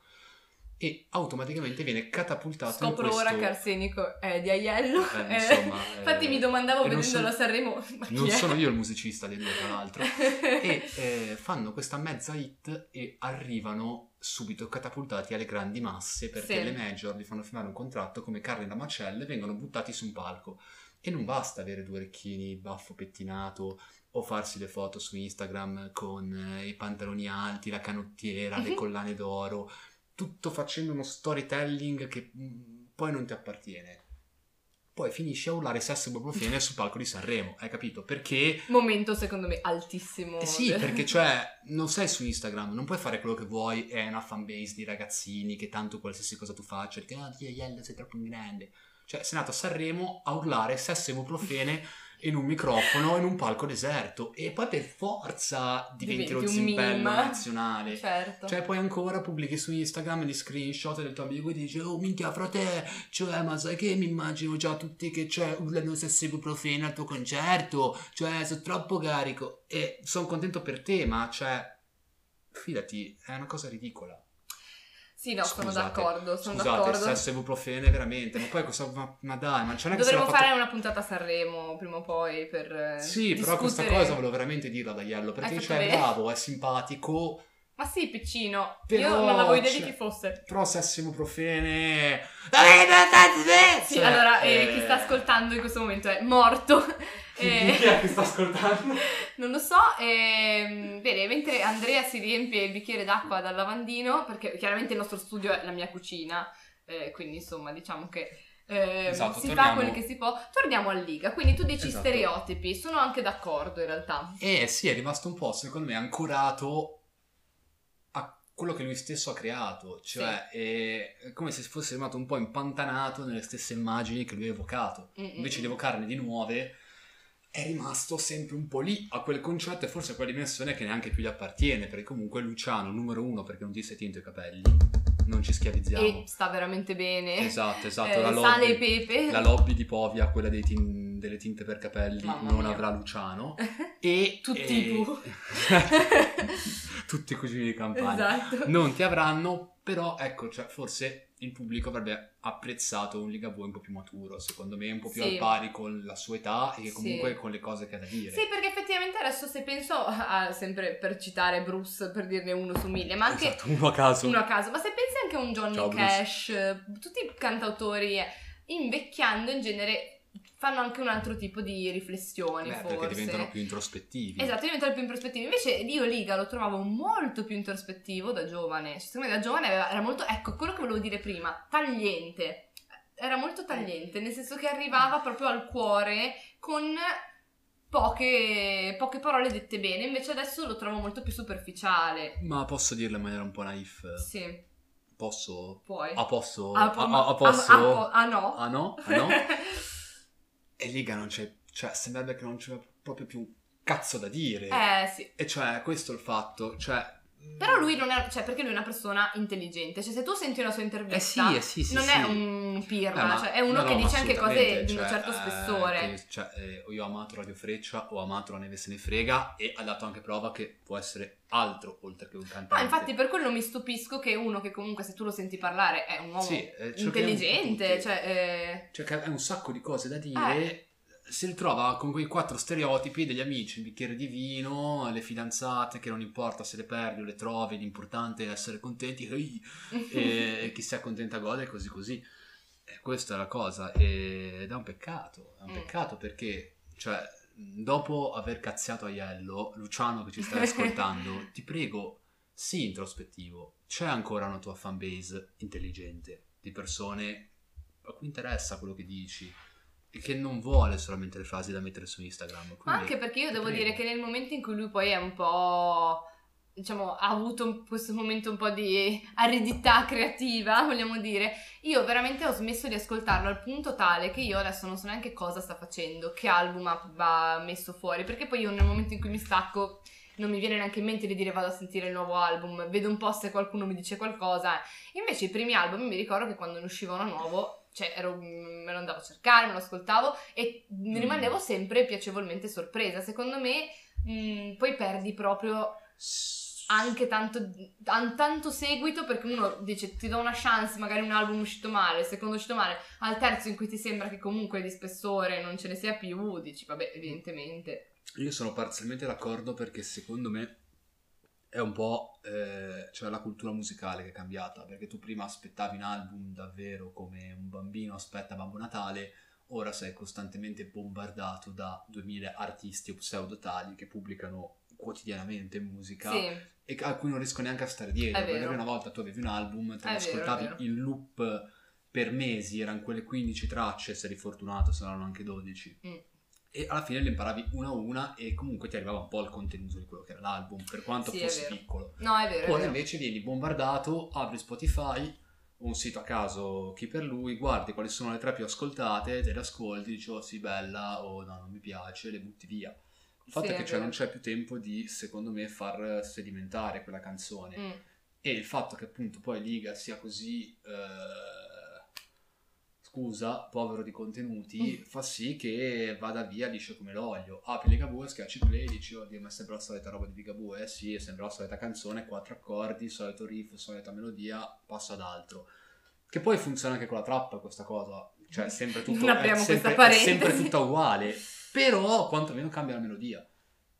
Speaker 1: e automaticamente viene catapultato in
Speaker 2: Scopro
Speaker 1: questo...
Speaker 2: ora che Arsenico è di Aiello.
Speaker 1: Eh, insomma, eh,
Speaker 2: Infatti mi domandavo
Speaker 1: e non
Speaker 2: vedendolo a
Speaker 1: sono-
Speaker 2: Sanremo. Ma chi
Speaker 1: Non
Speaker 2: è?
Speaker 1: sono io il musicista dei due, tra l'altro. e eh, fanno questa mezza hit e arrivano subito catapultati alle grandi masse perché
Speaker 2: Sì.
Speaker 1: le major li fanno firmare un contratto come carne da macelle e vengono buttati su un palco. E non basta avere due orecchini, baffo pettinato o farsi le foto su Instagram con eh, i pantaloni alti, la canottiera, le
Speaker 2: Mhm.
Speaker 1: collane d'oro, tutto facendo uno storytelling che mm, poi non ti appartiene. Poi finisci a urlare sesso e ibuprofene sul palco di Sanremo, hai capito? Perché
Speaker 2: Momento secondo me altissimo.
Speaker 1: eh sì,
Speaker 2: del-
Speaker 1: perché cioè non sei su Instagram, non puoi fare quello che vuoi, è una fanbase di ragazzini che tanto qualsiasi cosa tu faccia, perché no, Dio, Iello sei troppo in grande. Cioè, sei nato a Sanremo a urlare sesso e ibuprofene in un microfono, in un palco deserto, e poi per forza diventi,
Speaker 2: Diventi
Speaker 1: lo
Speaker 2: un
Speaker 1: zimbello
Speaker 2: meme.
Speaker 1: nazionale.
Speaker 2: Certo.
Speaker 1: Cioè, poi ancora pubblichi su Instagram gli screenshot del tuo amico e dici, oh minchia, frate, cioè, ma sai che mi immagino già tutti che cioè, urlano sesso e ibuprofene al tuo concerto, cioè, sono troppo carico. E sono contento per te, ma cioè, fidati, è una cosa ridicola.
Speaker 2: sì, no, sono
Speaker 1: Scusate,
Speaker 2: d'accordo, sono
Speaker 1: Scusate,
Speaker 2: d'accordo.
Speaker 1: sesso e ibuprofene, veramente, ma poi cosa, ma, ma dai, ma non c'è una che
Speaker 2: Dovremmo
Speaker 1: se l'ha fatto-
Speaker 2: fare una puntata a Sanremo prima o poi per eh,
Speaker 1: Sì, però questa
Speaker 2: discutere.
Speaker 1: cosa volevo veramente dirla da Iello, perché
Speaker 2: fatto
Speaker 1: cioè, è
Speaker 2: bene.
Speaker 1: bravo, è simpatico,
Speaker 2: Ma sì, piccino.
Speaker 1: Però,
Speaker 2: Io non avevo idea
Speaker 1: cioè-
Speaker 2: di chi fosse.
Speaker 1: Però sesso e ibuprofene.
Speaker 2: Sì,
Speaker 1: Cioè,
Speaker 2: allora, eh, chi sta ascoltando in questo momento è morto. Eh,
Speaker 1: Chi è che sta ascoltando?
Speaker 2: Non lo so, ehm, bene, mentre Andrea si riempie il bicchiere d'acqua dal lavandino, perché chiaramente il nostro studio è la mia cucina, eh, quindi insomma diciamo che ehm,
Speaker 1: Esatto,
Speaker 2: si
Speaker 1: torniamo-
Speaker 2: fa quel che si può, torniamo al Liga, quindi tu dici
Speaker 1: Esatto.
Speaker 2: stereotipi, sono anche d'accordo in realtà.
Speaker 1: Eh sì, è rimasto un po', secondo me, ancorato a quello che lui stesso ha creato. Cioè, è come se fosse rimasto un po' impantanato nelle stesse immagini che lui ha evocato.
Speaker 2: Mm-mm.
Speaker 1: Invece di evocarne di nuove, è rimasto sempre un po' lì a quel concetto e forse a quella dimensione che neanche più gli appartiene. Perché comunque Luciano, numero uno, perché non ti sei tinto i capelli, non ci schiavizziamo.
Speaker 2: E sta veramente bene.
Speaker 1: Esatto, esatto.
Speaker 2: Eh,
Speaker 1: la
Speaker 2: sale e
Speaker 1: lobby,
Speaker 2: pepe.
Speaker 1: la lobby di Povia, quella dei tin- delle tinte per capelli,
Speaker 2: Mamma
Speaker 1: non
Speaker 2: mia.
Speaker 1: avrà Luciano. E
Speaker 2: Tutti
Speaker 1: e-
Speaker 2: tu.
Speaker 1: Tutti i cugini di campagna.
Speaker 2: esatto.
Speaker 1: Non ti avranno, però ecco, cioè, forse il pubblico avrebbe apprezzato un Ligabue un po' più maturo, secondo me, un po' più
Speaker 2: Sì.
Speaker 1: al pari con la sua età e
Speaker 2: Sì.
Speaker 1: comunque con le cose che ha da dire.
Speaker 2: Sì, perché effettivamente adesso se penso a, sempre per citare Bruce, per dirne uno su mille, ma anche
Speaker 1: Esatto, uno a caso.
Speaker 2: uno a caso, ma se pensi anche a un Johnny
Speaker 1: Ciao, Bruce.
Speaker 2: Cash, eh, tutti i cantautori eh, invecchiando in genere fanno anche un altro tipo di riflessioni,
Speaker 1: Beh,
Speaker 2: forse.
Speaker 1: Eh, perché diventano più introspettivi.
Speaker 2: Esatto, diventano più in prospettiva. Invece io Liga lo trovavo molto più introspettivo da giovane. Cioè, secondo me da giovane aveva- era molto, ecco, quello che volevo dire prima, tagliente. Era molto tagliente, nel senso che arrivava proprio al cuore con poche, poche parole dette bene. Invece adesso lo trovo molto più superficiale.
Speaker 1: Ma posso dirla in maniera un po' naif?
Speaker 2: Sì,
Speaker 1: Posso?
Speaker 2: poi...
Speaker 1: A posso?
Speaker 2: Ah, po-
Speaker 1: a, a- a
Speaker 2: ah,
Speaker 1: posso?
Speaker 2: ah, po- ah, no.
Speaker 1: Ah no? Ah no? e Liga non c'è, cioè sembrerebbe che non c'è proprio più un cazzo da dire.
Speaker 2: eh sì,
Speaker 1: E cioè, questo è il fatto, cioè
Speaker 2: Però lui non è, cioè, perché lui è una persona intelligente. Cioè, se tu senti una sua intervista,
Speaker 1: Eh sì, eh sì, sì,
Speaker 2: non
Speaker 1: sì.
Speaker 2: è un pirla,
Speaker 1: Eh, ma-
Speaker 2: cioè, è uno
Speaker 1: no,
Speaker 2: che
Speaker 1: no,
Speaker 2: dice anche cose
Speaker 1: assolutamente,
Speaker 2: di un
Speaker 1: cioè,
Speaker 2: certo
Speaker 1: eh,
Speaker 2: spessore.
Speaker 1: che- cioè, eh, io ho amato Radio Freccia, ho amato La Neve se ne frega e ha dato anche prova che può essere altro oltre che un cantante.
Speaker 2: No, infatti per quello mi stupisco che uno che comunque se tu lo senti parlare è un uomo
Speaker 1: Sì, eh, cerchiamo
Speaker 2: intelligente,
Speaker 1: tutti.
Speaker 2: cioè... eh,
Speaker 1: Cioè, che ha un sacco di cose da dire. Si ritrova con quei quattro stereotipi degli amici, il bicchiere di vino, le fidanzate che non importa se le perdi o le trovi, l'importante è essere contenti. Ehi, e chi si accontenta gode e così così. E questa è la cosa e- ed è un peccato, è un
Speaker 2: Mm.
Speaker 1: peccato perché cioè, dopo aver cazziato Aiello, Luciano che ci stai ascoltando, ti prego, sii introspettivo, c'è ancora una tua fanbase intelligente di persone a cui interessa quello che dici e che non vuole solamente le frasi da mettere su Instagram.
Speaker 2: Ma
Speaker 1: Quindi-
Speaker 2: anche perché io
Speaker 1: ti
Speaker 2: devo
Speaker 1: prego.
Speaker 2: dire che nel momento in cui lui poi è un po'... diciamo, ha avuto un- questo momento un po' di aridità creativa, vogliamo dire, io veramente ho smesso di ascoltarlo al punto tale che io adesso non so neanche cosa sta facendo, che album ha- va messo fuori, perché poi io nel momento in cui mi stacco non mi viene neanche in mente di dire vado a sentire il nuovo album, vedo un po' se qualcuno mi dice qualcosa. Invece i primi album mi ricordo che quando ne usciva uno nuovo, cioè ero- me lo andavo a cercare, me lo ascoltavo e ne
Speaker 1: Mm.
Speaker 2: rimanevo sempre piacevolmente sorpresa. Secondo me mh, poi perdi proprio anche tanto, tan- tanto seguito perché uno dice ti do una chance, magari un album uscito male, il secondo uscito male, al terzo in cui ti sembra che comunque di spessore non ce ne sia più, dici vabbè evidentemente.
Speaker 1: Io sono parzialmente d'accordo perché secondo me è un po' eh, cioè la cultura musicale che è cambiata, perché tu prima aspettavi un album davvero come un bambino aspetta Babbo Natale, ora sei costantemente bombardato da 2000 artisti o pseudotali che pubblicano quotidianamente musica
Speaker 2: Sì,
Speaker 1: e a cui non riesco neanche a stare dietro.
Speaker 2: È
Speaker 1: Perché
Speaker 2: vero.
Speaker 1: una volta tu avevi un album, te
Speaker 2: È
Speaker 1: lo
Speaker 2: vero, è vero.
Speaker 1: ascoltavi in loop per mesi, erano quelle 15 tracce, se eri fortunato saranno anche 12.
Speaker 2: Mm.
Speaker 1: E alla fine le imparavi una a una e comunque ti arrivava un po' il contenuto di quello che era l'album, per quanto
Speaker 2: Sì, è
Speaker 1: fosse
Speaker 2: vero.
Speaker 1: piccolo.
Speaker 2: no è vero. è
Speaker 1: Ora
Speaker 2: vero.
Speaker 1: invece vieni bombardato, apri Spotify, un sito a caso chi per lui, guardi quali sono le tre più ascoltate, te le ascolti, dici oh sì bella o no non mi piace, le butti via. Il fatto
Speaker 2: Sì,
Speaker 1: è
Speaker 2: è
Speaker 1: che cioè,
Speaker 2: vero.
Speaker 1: non c'è più tempo di, secondo me, far sedimentare quella canzone.
Speaker 2: Mm.
Speaker 1: E il fatto che appunto poi Liga sia così, eh, scusa, povero di contenuti,
Speaker 2: Mm.
Speaker 1: fa sì che vada via liscio come l'olio. Ah, Apri Ligabue, schiacci play, dici, oddio, ma è sempre la solita roba di Ligabue. Eh sì, è sempre la solita canzone, quattro accordi, solito riff, solita melodia, passo ad altro. Che poi funziona anche con la trappa questa cosa, cioè è sempre tutto,
Speaker 2: Non apriamo
Speaker 1: è sempre,
Speaker 2: questa
Speaker 1: è sempre
Speaker 2: parentesi.
Speaker 1: tutta uguale, però quantomeno cambia la melodia.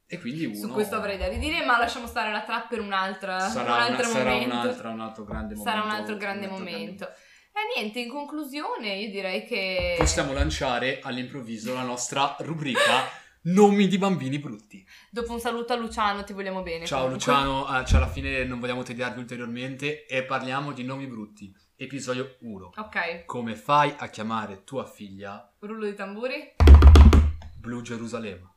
Speaker 1: E quindi uno...
Speaker 2: Su questo avrei da ridire, ma lasciamo stare la trap per un'altra,
Speaker 1: Sarà,
Speaker 2: un
Speaker 1: una-
Speaker 2: altro
Speaker 1: sarà
Speaker 2: momento.
Speaker 1: un'altra- un altro grande momento.
Speaker 2: Sarà un altro grande
Speaker 1: un altro grande
Speaker 2: momento. E niente, in conclusione io direi che...
Speaker 1: Possiamo lanciare all'improvviso la nostra rubrica Nomi di bambini brutti.
Speaker 2: Dopo un saluto a Luciano, ti vogliamo bene.
Speaker 1: Ciao
Speaker 2: comunque.
Speaker 1: Luciano, ah, cioè alla fine non vogliamo tediarvi ulteriormente e parliamo di nomi brutti. Episodio 1.
Speaker 2: Ok,
Speaker 1: Come fai a chiamare tua figlia
Speaker 2: rullo di tamburi.
Speaker 1: Blu Gerusalema?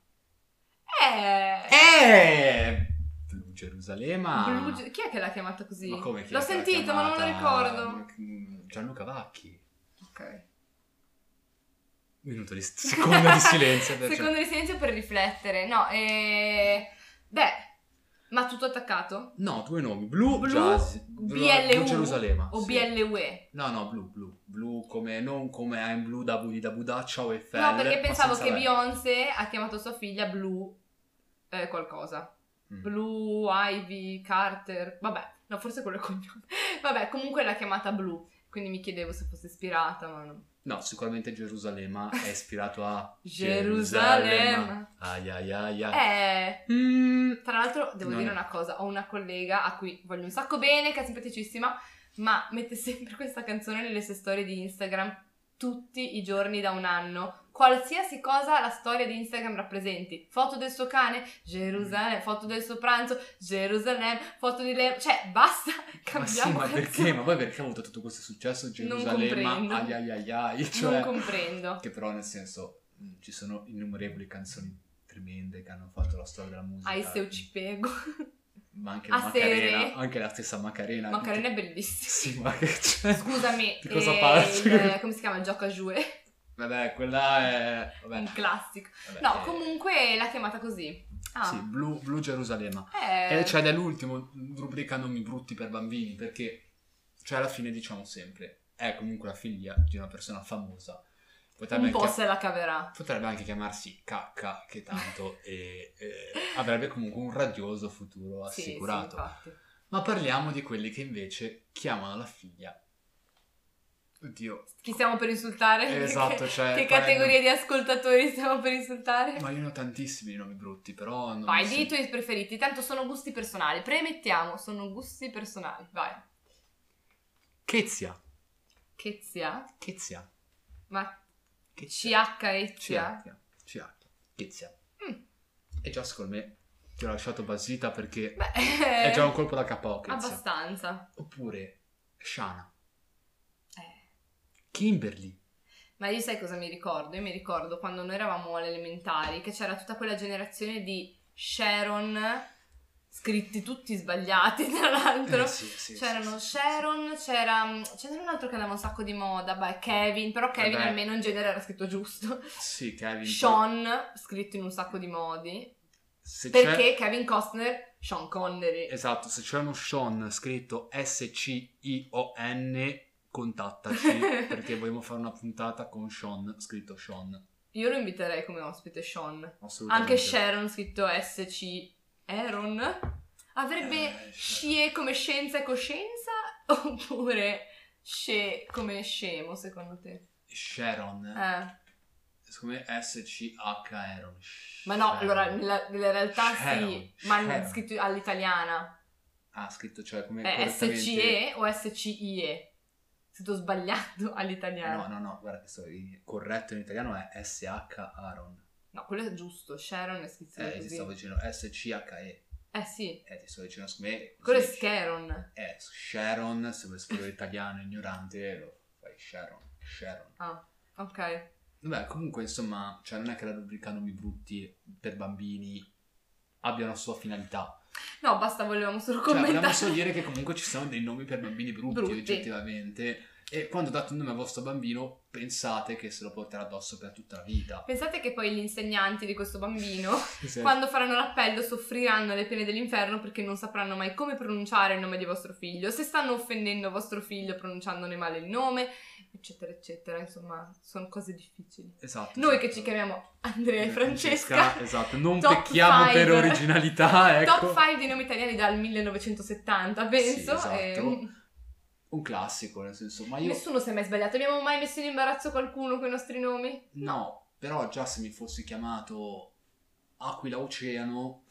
Speaker 2: Eh...
Speaker 1: Eh! Blu Gerusalema.
Speaker 2: Blu Ge- Chi è che l'ha chiamata così?
Speaker 1: Ah. Ma come chi
Speaker 2: L'ho
Speaker 1: è che l'ha
Speaker 2: sentito, ma non lo
Speaker 1: chiamata? Mm,
Speaker 2: ricordo.
Speaker 1: Gianluca Vacchi.
Speaker 2: Ok.
Speaker 1: Minuto di secondo di silenzio. per- certo.
Speaker 2: Secondo di silenzio per riflettere. No, eh... Beh, ma tutto attaccato?
Speaker 1: No, due nomi. Blu,
Speaker 2: Blu,
Speaker 1: Jazz, Blu-
Speaker 2: BLU,
Speaker 1: Blu Gerusalema.
Speaker 2: O
Speaker 1: sì.
Speaker 2: BLUE?
Speaker 1: No, no, blu, blu. Blu come, non come I'm blu da budi da buda, ciao e fel.
Speaker 2: No, perché pensavo che
Speaker 1: Bio
Speaker 2: Beyoncé ha chiamato sua figlia Blu eh, qualcosa. Blue, Ivy, Carter, vabbè, no, forse quello è il cognome. Vabbè, comunque l'ha chiamata Blue, quindi mi chiedevo se fosse ispirata, ma no.
Speaker 1: No, sicuramente Gerusalema è ispirato a...
Speaker 2: Gerusalemme.
Speaker 1: Ai ai ai ai.
Speaker 2: Eh,
Speaker 1: Mm,
Speaker 2: tra l'altro devo
Speaker 1: Non
Speaker 2: dire
Speaker 1: è.
Speaker 2: una cosa, ho una collega a cui voglio un sacco bene, che è simpaticissima, ma mette sempre questa canzone nelle sue storie di Instagram tutti i giorni da un anno. Qualsiasi cosa la storia di Instagram rappresenti, foto del suo cane,
Speaker 1: Mm.
Speaker 2: Gerusalemme, foto del suo pranzo, Gerusalemme, foto di lei, cioè basta,
Speaker 1: ma sì,
Speaker 2: cambiamo
Speaker 1: ma
Speaker 2: canzone.
Speaker 1: perché? Ma poi perché ha avuto tutto questo successo
Speaker 2: comprendo.
Speaker 1: Gerusalema? Ai ai ai ai. Cioè,
Speaker 2: Non comprendo.
Speaker 1: Che però nel senso mh, ci sono innumerevoli canzoni tremende che hanno fatto la storia della musica.
Speaker 2: Ai se ci pego.
Speaker 1: Ma Esatto. anche
Speaker 2: A serie.
Speaker 1: Macarena, anche la stessa Macarena.
Speaker 2: Macarena è bellissima.
Speaker 1: Sì, ma che c'è?
Speaker 2: Scusami,
Speaker 1: Di cosa
Speaker 2: eh,
Speaker 1: parli?
Speaker 2: il- come si chiama? Il gioco a jouer,
Speaker 1: Vabbè, quella è... Vabbè.
Speaker 2: un classico.
Speaker 1: vabbè,
Speaker 2: No,
Speaker 1: eh,
Speaker 2: comunque l'ha chiamata così. Ah.
Speaker 1: Sì, Blu, Blu Gerusalemme.
Speaker 2: Eh,
Speaker 3: E cioè ed è l'ultimo rubrica nomi brutti per bambini, perché cioè alla fine diciamo sempre, è comunque la figlia di una persona famosa. Potrebbe
Speaker 2: un po'
Speaker 3: anche,
Speaker 2: se la caverà.
Speaker 3: potrebbe anche chiamarsi Cacca, che tanto e, eh, avrebbe comunque un radioso futuro
Speaker 2: Sì, sì,
Speaker 3: assicurato.
Speaker 2: infatti.
Speaker 3: Ma parliamo di quelli che invece chiamano la figlia. Oddio.
Speaker 2: Chi stiamo per insultare?
Speaker 3: Esatto, cioè...
Speaker 2: che
Speaker 3: parendo-
Speaker 2: categoria di ascoltatori stiamo per insultare?
Speaker 3: Ma io ne ho tantissimi di nomi brutti, però... Non
Speaker 2: Vai,
Speaker 3: sì.
Speaker 2: di i tuoi preferiti, tanto sono gusti personali. Premettiamo, sono gusti personali. Vai.
Speaker 3: Chezia.
Speaker 2: Che zia?
Speaker 3: Chezia.
Speaker 2: Ma
Speaker 3: Chezia.
Speaker 2: CH e zia?
Speaker 3: CH. CH. Chezia.
Speaker 2: Mm.
Speaker 3: E già secondo me ti ho lasciato basita perché
Speaker 2: Beh,
Speaker 3: è già un colpo da KO, Chezia.
Speaker 2: abbastanza.
Speaker 3: Oppure Shana.
Speaker 2: Eh.
Speaker 3: Kimberly.
Speaker 2: Ma io sai cosa mi ricordo? Io mi ricordo quando noi eravamo alle elementari che c'era tutta quella generazione di Sharon, scritti tutti sbagliati tra l'altro.
Speaker 1: Eh, sì, sì,
Speaker 2: C'erano
Speaker 1: sì, sì,
Speaker 2: Sharon, c'era, c'era un altro che andava un sacco di moda, beh, Kevin,
Speaker 1: Eh
Speaker 2: però Kevin
Speaker 3: Vabbè.
Speaker 2: almeno in genere era scritto giusto.
Speaker 1: sì. Sì, Kevin.
Speaker 2: Sean, scritto in un sacco di modi.
Speaker 3: Se c'è-
Speaker 2: Perché Kevin Costner, Sean Connery.
Speaker 3: Esatto, se c'è uno Sean scritto S-C-I-O-N, contattaci perché vogliamo fare una puntata con Sean scritto Sean.
Speaker 2: Io lo inviterei come ospite Sean.
Speaker 3: Assolutamente.
Speaker 2: Anche Sharon, scritto SC. Aaron? Avrebbe
Speaker 1: Eh,
Speaker 2: scie come scienza e coscienza? Oppure sce come scemo, secondo te?
Speaker 1: Sharon.
Speaker 2: Eh.
Speaker 1: Secondo me SCH Aaron.
Speaker 2: Ma no,
Speaker 1: Sharon.
Speaker 2: allora, nella, nella realtà
Speaker 1: Sharon,
Speaker 2: sì, ma
Speaker 1: Sharon.
Speaker 2: scritto all'italiana.
Speaker 1: Ah, scritto cioè come
Speaker 2: È
Speaker 1: correttamente-
Speaker 2: SCE o SCIE? Sto sbagliando
Speaker 1: Eh,
Speaker 2: all'italiano.
Speaker 1: No,
Speaker 2: No,
Speaker 1: no, no, guarda, che sto- il corretto in italiano è SH Aaron.
Speaker 2: quello è giusto. Sharon è scritto
Speaker 1: Eh, ti
Speaker 2: così.
Speaker 1: stavo dicendo SCHE.
Speaker 2: Eh sì,
Speaker 1: Eh, ti stavo dicendo, secondo me...
Speaker 2: quello è
Speaker 1: così-
Speaker 2: Scaron.
Speaker 1: Eh, Sharon, se vuoi scrivere italiano ignorante, lo fai Sharon. Sharon.
Speaker 2: Ah, ok.
Speaker 1: Vabbè, comunque, insomma, cioè non è che la rubrica nomi brutti per bambini abbia una sua finalità.
Speaker 2: No, basta, volevamo solo
Speaker 1: Cioè,
Speaker 2: commentare.
Speaker 1: vogliamo solo dire che comunque ci sono dei nomi per bambini brutti,
Speaker 2: Brutti.
Speaker 1: oggettivamente. E quando date un nome al vostro bambino, pensate che se lo porterà addosso per tutta la vita. Esatto,
Speaker 2: Pensate che poi gli insegnanti di questo bambino,
Speaker 1: Sì.
Speaker 2: quando faranno l'appello, soffriranno le pene dell'inferno perché non sapranno mai come pronunciare il nome di vostro figlio, se stanno offendendo vostro figlio pronunciandone male il nome, eccetera, eccetera. Insomma, sono cose difficili.
Speaker 1: Esatto.
Speaker 2: Noi
Speaker 1: esatto.
Speaker 2: che ci chiamiamo Andrea e
Speaker 1: Eh,
Speaker 2: Francesca.
Speaker 1: Esatto, non
Speaker 2: Top
Speaker 1: pecchiamo
Speaker 2: five.
Speaker 1: per originalità, ecco.
Speaker 2: Top 5 di nomi italiani dal 1970, penso.
Speaker 1: Sì, esatto.
Speaker 2: e, mm,
Speaker 1: Un classico, nel senso, ma io...
Speaker 2: Nessuno si è mai sbagliato. Abbiamo mai messo in imbarazzo qualcuno con i nostri nomi?
Speaker 1: No, però già se mi fossi chiamato Aquila Oceano,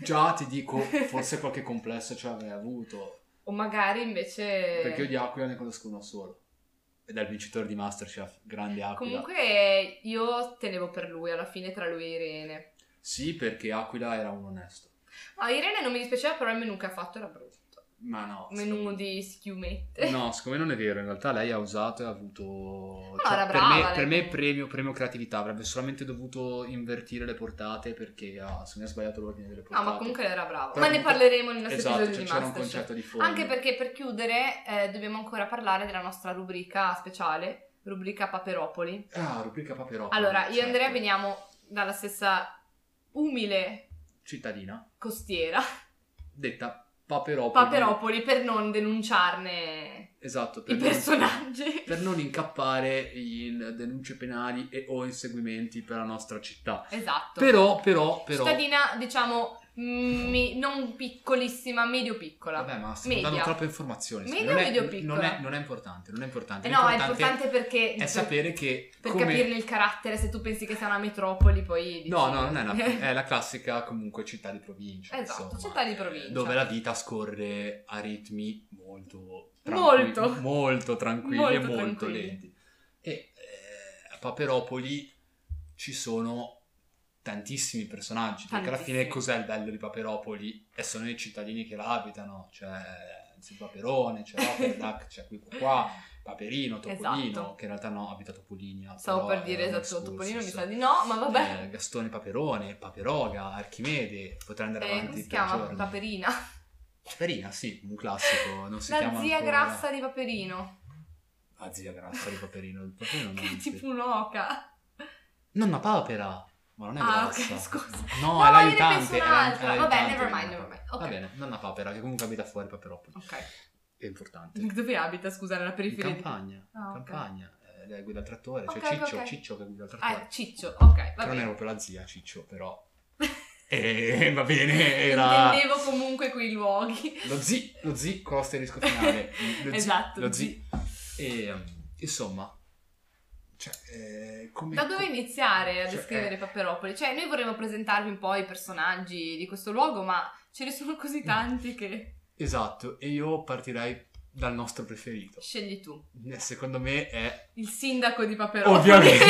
Speaker 1: già ti dico, forse qualche complesso ce l'avrei avuto.
Speaker 2: O magari invece.
Speaker 1: Perché io di Aquila ne conosco uno solo. Ed è il vincitore di Masterchef, grande Aquila.
Speaker 2: Comunque eh, io tenevo per lui alla fine tra lui e Irene.
Speaker 1: Sì, perché Aquila era un onesto.
Speaker 2: Ah, Irene non mi dispiaceva, però il menù che ha fatto era brutto.
Speaker 1: Ma no.
Speaker 2: Menù
Speaker 1: secondo-
Speaker 2: di schiumette.
Speaker 1: No, siccome non è vero, in realtà lei ha usato e ha avuto... cioè,
Speaker 2: No, era
Speaker 1: per,
Speaker 2: brava
Speaker 1: me,
Speaker 2: lei
Speaker 1: per me
Speaker 2: comunque.
Speaker 1: premio, premio creatività, avrebbe solamente dovuto invertire le portate perché ah, se ne ha sbagliato l'ordine delle
Speaker 2: No,
Speaker 1: portate.
Speaker 2: ma comunque era bravo.
Speaker 1: Però
Speaker 2: Ma ne
Speaker 1: comunque-
Speaker 2: parleremo nel nostro
Speaker 1: Esatto,
Speaker 2: episodio
Speaker 1: cioè
Speaker 2: di
Speaker 1: c'era un
Speaker 2: Masterchef.
Speaker 1: concetto di fondo.
Speaker 2: Anche perché per chiudere eh, dobbiamo ancora parlare della nostra rubrica speciale, rubrica Paperopoli.
Speaker 1: Ah, rubrica papero.
Speaker 2: Allora, io e
Speaker 1: certo.
Speaker 2: Andrea veniamo dalla stessa umile
Speaker 1: Cittadina,
Speaker 2: costiera,
Speaker 1: detta Paperopoli.
Speaker 2: Paperopoli, per non denunciarne
Speaker 1: Esatto,
Speaker 2: i
Speaker 1: per non-
Speaker 2: personaggi.
Speaker 1: per non incappare in denunce penali e o inseguimenti per la nostra città.
Speaker 2: Esatto.
Speaker 1: Però, però, però...
Speaker 2: Cittadina, diciamo, mi- non piccolissima, medio piccola.
Speaker 1: Vabbè, ma stiamo
Speaker 2: Media.
Speaker 1: dando troppe informazioni.
Speaker 2: Media
Speaker 1: non,
Speaker 2: o medio
Speaker 1: è,
Speaker 2: piccola?
Speaker 1: non, è, non è importante, non è importante.
Speaker 2: Eh no, è importante perché...
Speaker 1: è sapere che...
Speaker 2: Per
Speaker 1: come-
Speaker 2: capirne il carattere, se tu pensi che sia una metropoli, poi... dici-
Speaker 1: No, no, non è una... è la classica comunque città di provincia.
Speaker 2: Esatto,
Speaker 1: insomma,
Speaker 2: città di provincia.
Speaker 1: Dove la vita scorre a ritmi molto...
Speaker 2: Molto.
Speaker 1: molto tranquilli e
Speaker 2: Molto
Speaker 1: molto
Speaker 2: tranquilli.
Speaker 1: lenti. E eh, a Paperopoli ci sono tantissimi personaggi, perché alla fine
Speaker 2: Tantissimi.
Speaker 1: cos'è il bello di Paperopoli? E sono i cittadini che la abitano, cioè... Zio Paperone, c'è Paperdac, c'è qui qua, Paperino, Topolino,
Speaker 2: Esatto.
Speaker 1: che in realtà no, abita Topolinia.
Speaker 2: Stavo
Speaker 1: però
Speaker 2: per dire,
Speaker 1: era un
Speaker 2: esatto,
Speaker 1: excursus.
Speaker 2: Topolino mi sa di no, ma vabbè.
Speaker 1: Eh, Gastone Paperone, Paperoga, Archimede, potrei andare
Speaker 2: Eh, come
Speaker 1: avanti
Speaker 2: si
Speaker 1: per
Speaker 2: chiama?
Speaker 1: giorni.
Speaker 2: Paperina.
Speaker 1: Paperina, sì, un classico, non si
Speaker 2: La
Speaker 1: chiama
Speaker 2: zia
Speaker 1: ancora-
Speaker 2: grassa di Paperino.
Speaker 1: La zia grassa di Paperino, il Paperino non
Speaker 2: Che è
Speaker 1: esiste.
Speaker 2: tipo un'oca.
Speaker 1: Nonna Papera! Ma non è
Speaker 2: Ah, ok,
Speaker 1: grassa.
Speaker 2: scusa.
Speaker 1: No,
Speaker 2: No,
Speaker 1: è
Speaker 2: io ne
Speaker 1: l'aiutante.
Speaker 2: penso
Speaker 1: è la- è
Speaker 2: un'altra.
Speaker 1: l'aiutante
Speaker 2: Vabbè, never
Speaker 1: di
Speaker 2: mind,
Speaker 1: Papera.
Speaker 2: never mind. Ok.
Speaker 1: Va bene, nonna papera, che comunque abita fuori Paperopoli.
Speaker 2: Ok.
Speaker 1: È importante.
Speaker 2: Dove abita, scusa, nella
Speaker 1: In
Speaker 2: periferia? di-
Speaker 1: campagna.
Speaker 2: Ah, ok.
Speaker 1: Campagna. Eh, lei guida il trattore. C'è
Speaker 2: Ok,
Speaker 1: Ciccio,
Speaker 2: ok.
Speaker 1: Ciccio che guida il trattore.
Speaker 2: Ah, Ciccio, ok, va
Speaker 1: Però non era
Speaker 2: bene.
Speaker 1: proprio la zia Ciccio, però. Eh, va bene, era.
Speaker 2: Intendevo comunque quei luoghi.
Speaker 1: Lo zi, lo zi con l'asterisco finale. Lo zi,
Speaker 2: Esatto,
Speaker 1: Lo
Speaker 2: zi.
Speaker 1: zi. E, um, insomma, cioè, eh, come...
Speaker 2: Da dove iniziare a
Speaker 1: Cioè,
Speaker 2: descrivere
Speaker 1: eh,
Speaker 2: Paperopoli? Cioè, noi vorremmo presentarvi un po' i personaggi di questo luogo, ma ce ne sono così tanti che
Speaker 1: Esatto, e io partirei dal nostro preferito.
Speaker 2: scegli tu.
Speaker 1: Eh, Secondo me è...
Speaker 2: Il sindaco di Paperopoli.
Speaker 1: Ovviamente.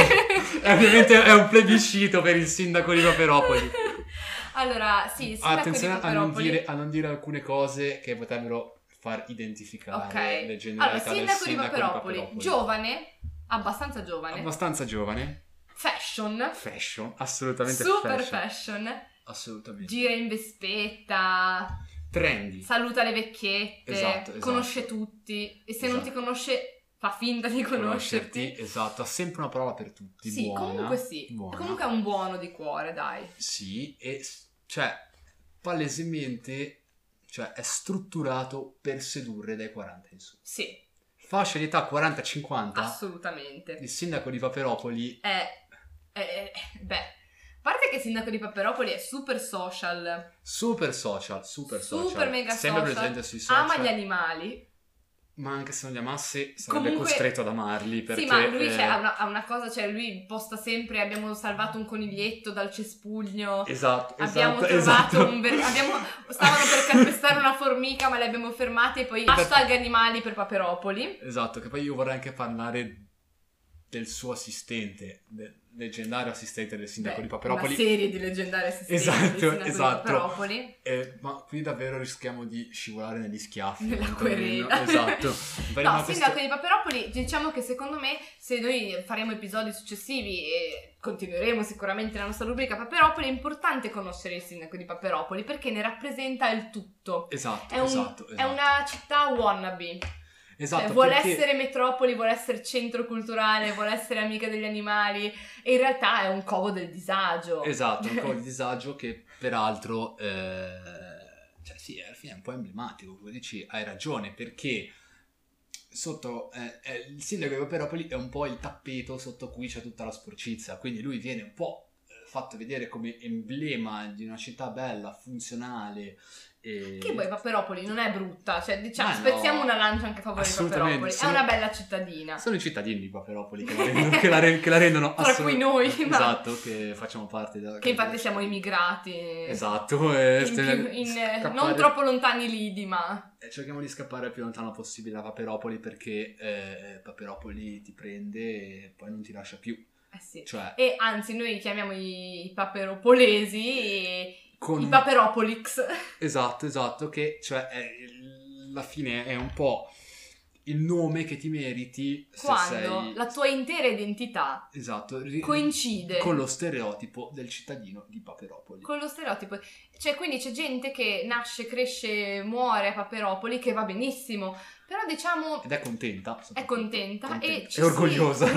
Speaker 1: È ovviamente è un plebiscito per il sindaco di Paperopoli.
Speaker 2: allora, sì, il sindaco
Speaker 1: Attenzione
Speaker 2: di
Speaker 1: a non,
Speaker 2: Paperopoli.
Speaker 1: dire, a non dire alcune cose che potrebbero far identificare
Speaker 2: Ok.
Speaker 1: le generalità
Speaker 2: Allora,
Speaker 1: del
Speaker 2: sindaco di
Speaker 1: sindaco
Speaker 2: Paperopoli,
Speaker 1: di Paperopoli.
Speaker 2: giovane, abbastanza giovane,
Speaker 1: Abbastanza giovane.
Speaker 2: fashion,
Speaker 1: Fashion, assolutamente
Speaker 2: super
Speaker 1: fashion.
Speaker 2: fashion.
Speaker 1: Assolutamente.
Speaker 2: gira in vespetta,
Speaker 1: Trendy.
Speaker 2: saluta le vecchiette,
Speaker 1: Esatto, esatto.
Speaker 2: conosce tutti e se non
Speaker 1: Esatto.
Speaker 2: ti conosce fa finta di conoscerti.
Speaker 1: conoscerti. Esatto, ha sempre una parola per tutti.
Speaker 2: Sì,
Speaker 1: buona,
Speaker 2: comunque sì.
Speaker 1: buona.
Speaker 2: Comunque è un buono di cuore, dai.
Speaker 1: Sì, e s- cioè, palesemente, cioè, è strutturato per sedurre dai 40 in su.
Speaker 2: Sì,
Speaker 1: Fascia di età 40-50,
Speaker 2: assolutamente.
Speaker 1: il sindaco di Paperopoli,
Speaker 2: È, è- è- beh, a parte che il sindaco di Paperopoli è super social,
Speaker 1: super social, super,
Speaker 2: Super
Speaker 1: social,
Speaker 2: mega
Speaker 1: sempre
Speaker 2: social.
Speaker 1: presente sui social,
Speaker 2: ama gli animali.
Speaker 1: ma anche se non li amasse sarebbe
Speaker 2: Comunque-
Speaker 1: costretto ad amarli perché...
Speaker 2: sì, ma lui
Speaker 1: eh,
Speaker 2: cioè, ha, una, ha una cosa, cioè lui posta sempre abbiamo salvato un coniglietto dal cespuglio.
Speaker 1: Esatto,
Speaker 2: Abbiamo
Speaker 1: esatto,
Speaker 2: trovato
Speaker 1: esatto.
Speaker 2: un ver- abbiamo- stavano per calpestare una formica, ma le abbiamo fermate e poi hashtag animali per Paperopoli.
Speaker 1: Esatto, che poi io vorrei anche parlare del suo assistente, del leggendario assistente del sindaco
Speaker 2: Beh,
Speaker 1: di Paperopoli.
Speaker 2: Una serie di leggendari assistenti
Speaker 1: Esatto,
Speaker 2: del sindaco di
Speaker 1: esatto.
Speaker 2: Paperopoli.
Speaker 1: Eh, ma qui davvero rischiamo di scivolare negli schiaffi.
Speaker 2: Nella
Speaker 1: un
Speaker 2: querela.
Speaker 1: pochino. Esatto. Faremo
Speaker 2: No,
Speaker 1: questo-
Speaker 2: sindaco di Paperopoli, diciamo che secondo me se noi faremo episodi successivi e continueremo sicuramente la nostra rubrica Paperopoli, è importante conoscere il sindaco di Paperopoli perché ne rappresenta il tutto.
Speaker 1: Esatto,
Speaker 2: È, un-
Speaker 1: esatto,
Speaker 2: è
Speaker 1: esatto.
Speaker 2: una città wannabe,
Speaker 1: Esatto,
Speaker 2: Cioè, vuole
Speaker 1: perché-
Speaker 2: essere metropoli, vuole essere centro culturale, vuole essere amica degli animali e in realtà è un covo del disagio.
Speaker 1: Esatto, un po' di disagio che peraltro... eh, Cioè sì, alla fine è un po' emblematico. Come dici, hai ragione, perché sotto... eh, eh, il sindaco di Paperopoli è un po' il tappeto sotto cui c'è tutta la sporcizia. Quindi lui viene un po' eh, fatto vedere come emblema di una città bella, funzionale. E...
Speaker 2: Che poi Paperopoli non è brutta, cioè diciamo,
Speaker 1: Ma no.
Speaker 2: spezziamo una lancia anche a favore di
Speaker 1: Assolutamente,
Speaker 2: Paperopoli,
Speaker 1: sono-
Speaker 2: è una bella cittadina.
Speaker 1: Sono i cittadini di Paperopoli che la rendono, che la re- che la rendono
Speaker 2: Tra cui noi, ma-
Speaker 1: Esatto, che facciamo parte della...
Speaker 2: Che infatti siamo immigrati.
Speaker 1: Esatto, e
Speaker 2: In più- in, eh, non troppo lontani lidi, ma
Speaker 1: Eh, cerchiamo di scappare il più lontano possibile da Paperopoli perché eh, Paperopoli ti prende e poi non ti lascia più.
Speaker 2: eh sì.
Speaker 1: Cioè,
Speaker 2: E anzi, noi chiamiamo i i paperopolesi e
Speaker 1: con...
Speaker 2: i paperopolix.
Speaker 1: Esatto, esatto, che cioè è- alla fine è un po' il nome che ti meriti se
Speaker 2: Quando
Speaker 1: sei...
Speaker 2: la tua intera identità
Speaker 1: Esatto, ri-
Speaker 2: coincide
Speaker 1: con lo stereotipo del cittadino di Paperopoli.
Speaker 2: con lo stereotipo. Cioè, quindi c'è gente che nasce, cresce, muore a Paperopoli, che va benissimo, però diciamo
Speaker 1: Ed è contenta.
Speaker 2: è
Speaker 1: soprattutto.
Speaker 2: contenta, e ci
Speaker 1: è orgogliosa,
Speaker 2: si,
Speaker 1: di,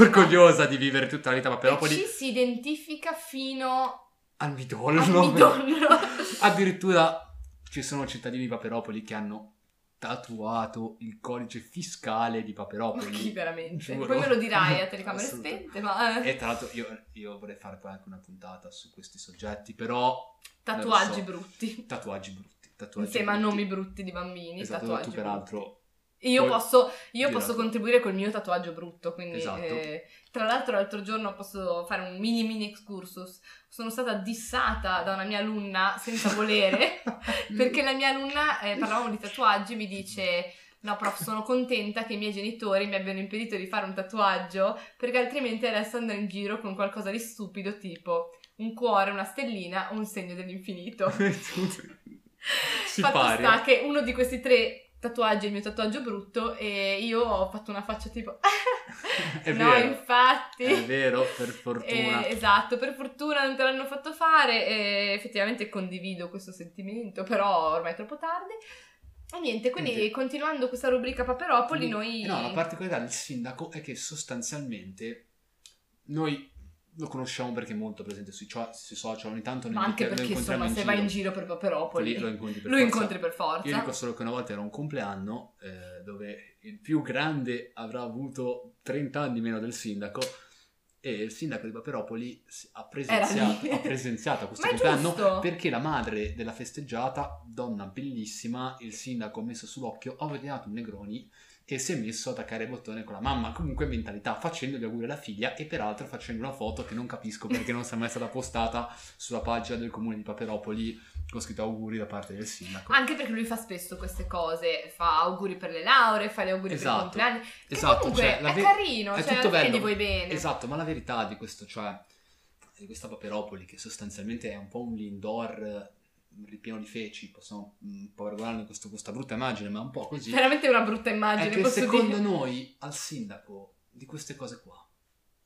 Speaker 1: orgogliosa di vivere tutta la vita a
Speaker 2: E
Speaker 1: Paperopoli
Speaker 2: eh, ci si identifica fino
Speaker 1: al midollo.
Speaker 2: al midollo.
Speaker 1: Addirittura ci sono cittadini di Paperopoli che hanno tatuato il codice fiscale di
Speaker 2: Ma
Speaker 1: Paperopoli.
Speaker 2: chi veramente?
Speaker 1: Giuro.
Speaker 2: Poi me lo dirai a telecamere
Speaker 1: Assolutamente.
Speaker 2: spente, ma eh,
Speaker 1: E tra l'altro io, io vorrei fare poi anche una puntata su questi soggetti, però
Speaker 2: tatuaggi
Speaker 1: so.
Speaker 2: brutti.
Speaker 1: tatuaggi brutti. Tatuaggi
Speaker 2: Insieme a
Speaker 1: brutti.
Speaker 2: nomi brutti di bambini,
Speaker 1: Esatto,
Speaker 2: tatuaggi
Speaker 1: tu peraltro...
Speaker 2: brutti. Io
Speaker 1: Poi-
Speaker 2: posso, io
Speaker 1: Dirà
Speaker 2: posso
Speaker 1: tu.
Speaker 2: contribuire col mio tatuaggio brutto, quindi...
Speaker 1: Esatto.
Speaker 2: eh, tra l'altro l'altro giorno posso fare un mini mini excursus. Sono stata dissata da una mia alunna senza volere, perché la mia alunna, eh, parlavamo di tatuaggi, mi dice... No, prof, sono contenta che i miei genitori mi abbiano impedito di fare un tatuaggio, perché altrimenti adesso andrò in giro con qualcosa di stupido, tipo un cuore, una stellina o un segno dell'infinito.
Speaker 1: si
Speaker 2: Fatto
Speaker 1: pari.
Speaker 2: sta che uno di questi tre tatuaggi è il mio tatuaggio brutto e io ho fatto una faccia tipo
Speaker 1: È
Speaker 2: no
Speaker 1: vero.
Speaker 2: infatti
Speaker 1: È vero, per fortuna.
Speaker 2: Eh, esatto per fortuna non te l'hanno fatto fare e effettivamente condivido questo sentimento però ormai è troppo tardi e niente quindi
Speaker 1: Quindi-
Speaker 2: continuando questa rubrica Paperopoli
Speaker 1: Mm.
Speaker 2: noi
Speaker 1: No, la particolarità del sindaco è che sostanzialmente noi lo conosciamo perché è molto presente sui, cio- sui social, ogni tanto
Speaker 2: Ma anche
Speaker 1: incontriamo-
Speaker 2: perché insomma se vai in giro per Paperopoli
Speaker 1: Lì lo incontri per
Speaker 2: lo
Speaker 1: forza.
Speaker 2: incontri per forza.
Speaker 1: Io dico solo che una volta era un compleanno eh, dove il più grande avrà avuto 30 anni meno del sindaco e il sindaco di Paperopoli si- ha presenziato,
Speaker 2: lì.
Speaker 1: ha presenziato questo
Speaker 2: Ma è
Speaker 1: compleanno
Speaker 2: giusto.
Speaker 1: perché la madre della festeggiata, donna bellissima, il sindaco ha messo sull'occhio, "Oh, ha ordinato un Negroni e si è messo a attaccare il bottone con la mamma, comunque mentalità, facendo gli auguri alla figlia e peraltro facendo una foto che non capisco perché non sia mai stata postata sulla pagina del comune di Paperopoli con scritto auguri da parte del sindaco.
Speaker 2: Anche perché lui fa spesso queste cose, fa auguri per le lauree, fa gli auguri
Speaker 1: Esatto.
Speaker 2: per i compleanni. Che
Speaker 1: Esatto,
Speaker 2: comunque
Speaker 1: cioè, la
Speaker 2: è
Speaker 1: ve-
Speaker 2: carino,
Speaker 1: è
Speaker 2: cioè
Speaker 1: tutto
Speaker 2: alla fine
Speaker 1: bello.
Speaker 2: gli vuoi bene.
Speaker 1: Esatto, ma la verità di questo, cioè, di questa Paperopoli, che sostanzialmente è un po' un Lindor eh, ripieno di feci, possiamo un po' paragonarlo in questo- questa brutta immagine, ma un po' così,
Speaker 2: Veramente una brutta Cioè, immagine,
Speaker 1: è che
Speaker 2: posso
Speaker 1: secondo
Speaker 2: dire.
Speaker 1: noi al sindaco di queste cose qua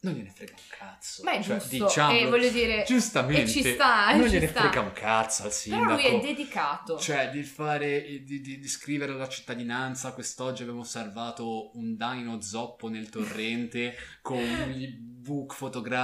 Speaker 1: non gliene frega un cazzo.
Speaker 2: Ma è
Speaker 1: Cioè,
Speaker 2: giusto,
Speaker 1: diciamolo,
Speaker 2: e voglio dire,
Speaker 1: giustamente,
Speaker 2: e ci sta, e
Speaker 1: non
Speaker 2: ci
Speaker 1: gliene
Speaker 2: sta.
Speaker 1: frega un cazzo al sindaco.
Speaker 2: però lui è dedicato.
Speaker 1: Cioè, di fare di, di- di scrivere alla cittadinanza quest'oggi abbiamo salvato un dino zoppo nel torrente con il book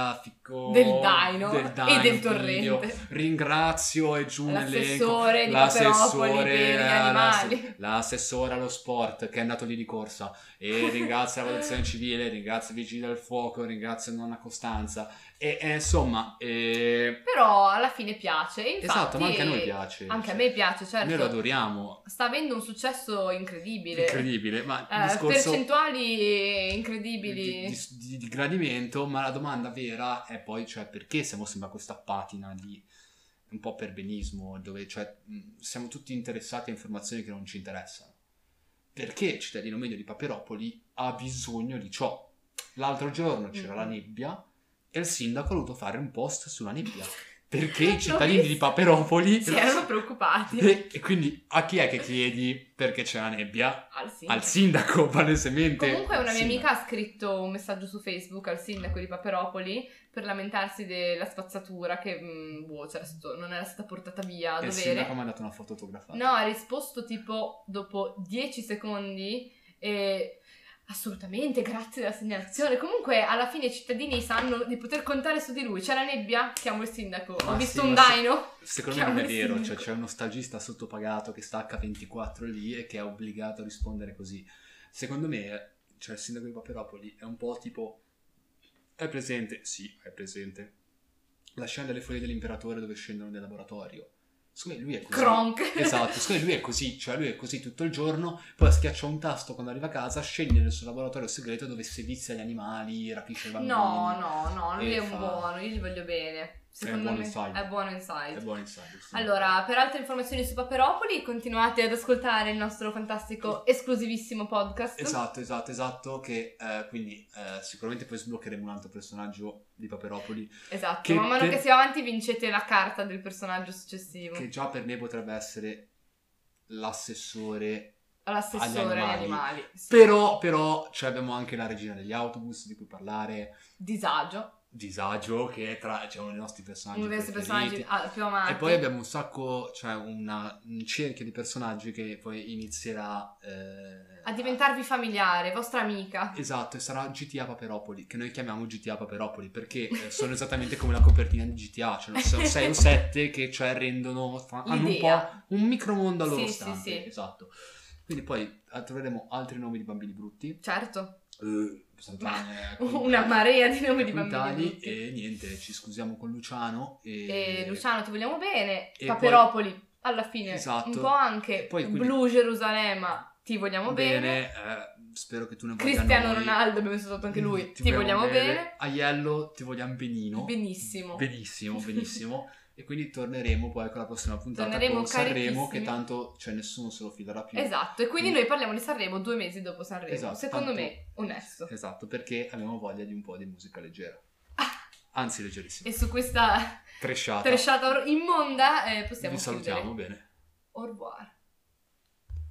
Speaker 1: fotografico
Speaker 2: del dino,
Speaker 1: del
Speaker 2: e
Speaker 1: dino,
Speaker 2: del
Speaker 1: video.
Speaker 2: torrente.
Speaker 1: Ringrazio e giù l'elenco.
Speaker 2: L'assessore di Paperopoli per gli
Speaker 1: eh,
Speaker 2: animali.
Speaker 1: l'ass- l'assessore allo sport che è andato lì di corsa e ringrazio la protezione civile, ringrazio i vigili del fuoco, ringrazio nonna Costanza e, e insomma eh,
Speaker 2: Però alla fine piace. e infatti-
Speaker 1: esatto, ma anche a noi piace.
Speaker 2: Anche a
Speaker 1: Cioè,
Speaker 2: me piace, certo.
Speaker 1: Noi lo adoriamo,
Speaker 2: Sta avendo un successo incredibile.
Speaker 1: incredibile, ma il
Speaker 2: Eh,
Speaker 1: discorso
Speaker 2: Percentuali
Speaker 1: di,
Speaker 2: incredibili.
Speaker 1: di- di- di gradimento, ma la domanda vera è poi, cioè, perché siamo sempre a questa patina di un po' perbenismo, dove cioè, mh, siamo tutti interessati a informazioni che non ci interessano? Perché il cittadino medio di Paperopoli ha bisogno di ciò? L'altro giorno c'era
Speaker 2: Mm.
Speaker 1: la nebbia e il sindaco ha voluto fare un post sulla nebbia. Perché
Speaker 2: L'ho
Speaker 1: i cittadini
Speaker 2: visto.
Speaker 1: di Paperopoli...
Speaker 2: Si erano preoccupati.
Speaker 1: e, e quindi a chi è che chiedi perché c'è la nebbia?
Speaker 2: Al sindaco.
Speaker 1: Al sindaco, palesemente.
Speaker 2: Comunque una mia
Speaker 1: Sindaco.
Speaker 2: amica ha scritto un messaggio su Facebook al sindaco di Paperopoli per lamentarsi della spazzatura che mh, boh, c'era stato- non era stata portata via a
Speaker 1: E il
Speaker 2: dovere.
Speaker 1: sindaco Eh mi ha dato una foto autografata.
Speaker 2: No, ha risposto tipo dopo 10 secondi e assolutamente grazie della segnalazione. Comunque alla fine i cittadini sanno di poter contare su di lui. C'è la nebbia? Chiamo il sindaco.
Speaker 1: Ma
Speaker 2: Ho visto
Speaker 1: Ah, sì, Esatto.
Speaker 2: un
Speaker 1: ma se-
Speaker 2: daino?
Speaker 1: Secondo me non è
Speaker 2: Chiamo il
Speaker 1: vero, cioè
Speaker 2: sindaco.
Speaker 1: c'è uno stagista sottopagato che sta H24 lì e che è obbligato a rispondere così. Secondo me, cioè il sindaco di Paperopoli è un po' tipo... È presente? Sì, è presente. La scena delle foglie dell'imperatore dove scendono nel laboratorio. Secondo me lui è così.
Speaker 2: Cronk.
Speaker 1: Esatto, secondo me lui è così, cioè lui è così tutto il giorno, poi schiaccia un tasto quando arriva a casa, scende nel suo laboratorio segreto dove sevizia gli animali, rapisce i bambini.
Speaker 2: No, no, no, lui
Speaker 1: E
Speaker 2: è un
Speaker 1: fa-
Speaker 2: buono, io gli voglio bene. Secondo
Speaker 1: buono
Speaker 2: me
Speaker 1: inside.
Speaker 2: è buono inside.
Speaker 1: È buono insight. sì.
Speaker 2: Allora, per altre informazioni su Paperopoli continuate ad ascoltare il nostro fantastico esclusivissimo podcast.
Speaker 1: Esatto, esatto, esatto, che eh, quindi eh, sicuramente poi sbloccheremo un altro personaggio di Paperopoli,
Speaker 2: Esatto,
Speaker 1: Che
Speaker 2: man mano
Speaker 1: per-
Speaker 2: che si va avanti vincete la carta del personaggio successivo.
Speaker 1: che già per me potrebbe essere l'assessore.
Speaker 2: All'assessore
Speaker 1: Agli
Speaker 2: agli
Speaker 1: animali.
Speaker 2: animali. Sì.
Speaker 1: Però, però, cioè, abbiamo anche la regina degli autobus di cui parlare,
Speaker 2: Disagio.
Speaker 1: Disagio, che è tra, cioè, uno dei nostri personaggi
Speaker 2: Uno dei suoi
Speaker 1: preferiti.
Speaker 2: personaggi ah, più amanti.
Speaker 1: E poi abbiamo un sacco, cioè una- un cerchio di personaggi che poi inizierà eh,
Speaker 2: A diventarvi familiare, vostra amica.
Speaker 1: Esatto, e sarà GTA Paperopoli, che noi chiamiamo GTA Paperopoli, perché eh, sono esattamente come la copertina di GTA, cioè 6 o 7 che cioè rendono, fa- hanno un
Speaker 2: L'idea.
Speaker 1: po' un micromondo a loro
Speaker 2: Sì, sì,
Speaker 1: stante.
Speaker 2: sì.
Speaker 1: Esatto. Quindi poi eh, troveremo altri nomi di bambini brutti.
Speaker 2: Certo.
Speaker 1: Eh, Santana, eh,
Speaker 2: Una marea di nomi di
Speaker 1: Quintali,
Speaker 2: bambini. brutti.
Speaker 1: E niente, ci scusiamo con Luciano. E,
Speaker 2: E Luciano, ti vogliamo bene.
Speaker 1: e
Speaker 2: Paperopoli, alla fine.
Speaker 1: Esatto.
Speaker 2: Un po' anche.
Speaker 1: E poi quindi-
Speaker 2: Blu Gerusalemme, ti vogliamo bene.
Speaker 1: Bene, eh, spero che tu ne voglia
Speaker 2: Cristiano
Speaker 1: noi.
Speaker 2: Ronaldo, abbiamo sotto anche lui.
Speaker 1: Mm,
Speaker 2: Ti, vogliamo bene.
Speaker 1: Aiello, ti vogliamo benino.
Speaker 2: Benissimo.
Speaker 1: Benissimo, benissimo. e quindi torneremo poi con la prossima puntata
Speaker 2: Torneremo
Speaker 1: con Sanremo,
Speaker 2: carichissimi.
Speaker 1: che tanto cioè, nessuno se lo fiderà più.
Speaker 2: Esatto, e quindi
Speaker 1: Mm.
Speaker 2: noi parliamo di Sanremo due mesi dopo Sanremo.
Speaker 1: Esatto,
Speaker 2: Secondo
Speaker 1: tanto-
Speaker 2: me, onesto.
Speaker 1: Esatto, perché abbiamo voglia di un po' di musica leggera.
Speaker 2: Ah,
Speaker 1: Anzi, leggerissima.
Speaker 2: e su questa
Speaker 1: Tresciata.
Speaker 2: tresciata or- immonda eh, possiamo
Speaker 1: Esatto. Vi salutiamo, bene.
Speaker 2: chiudere. Au revoir.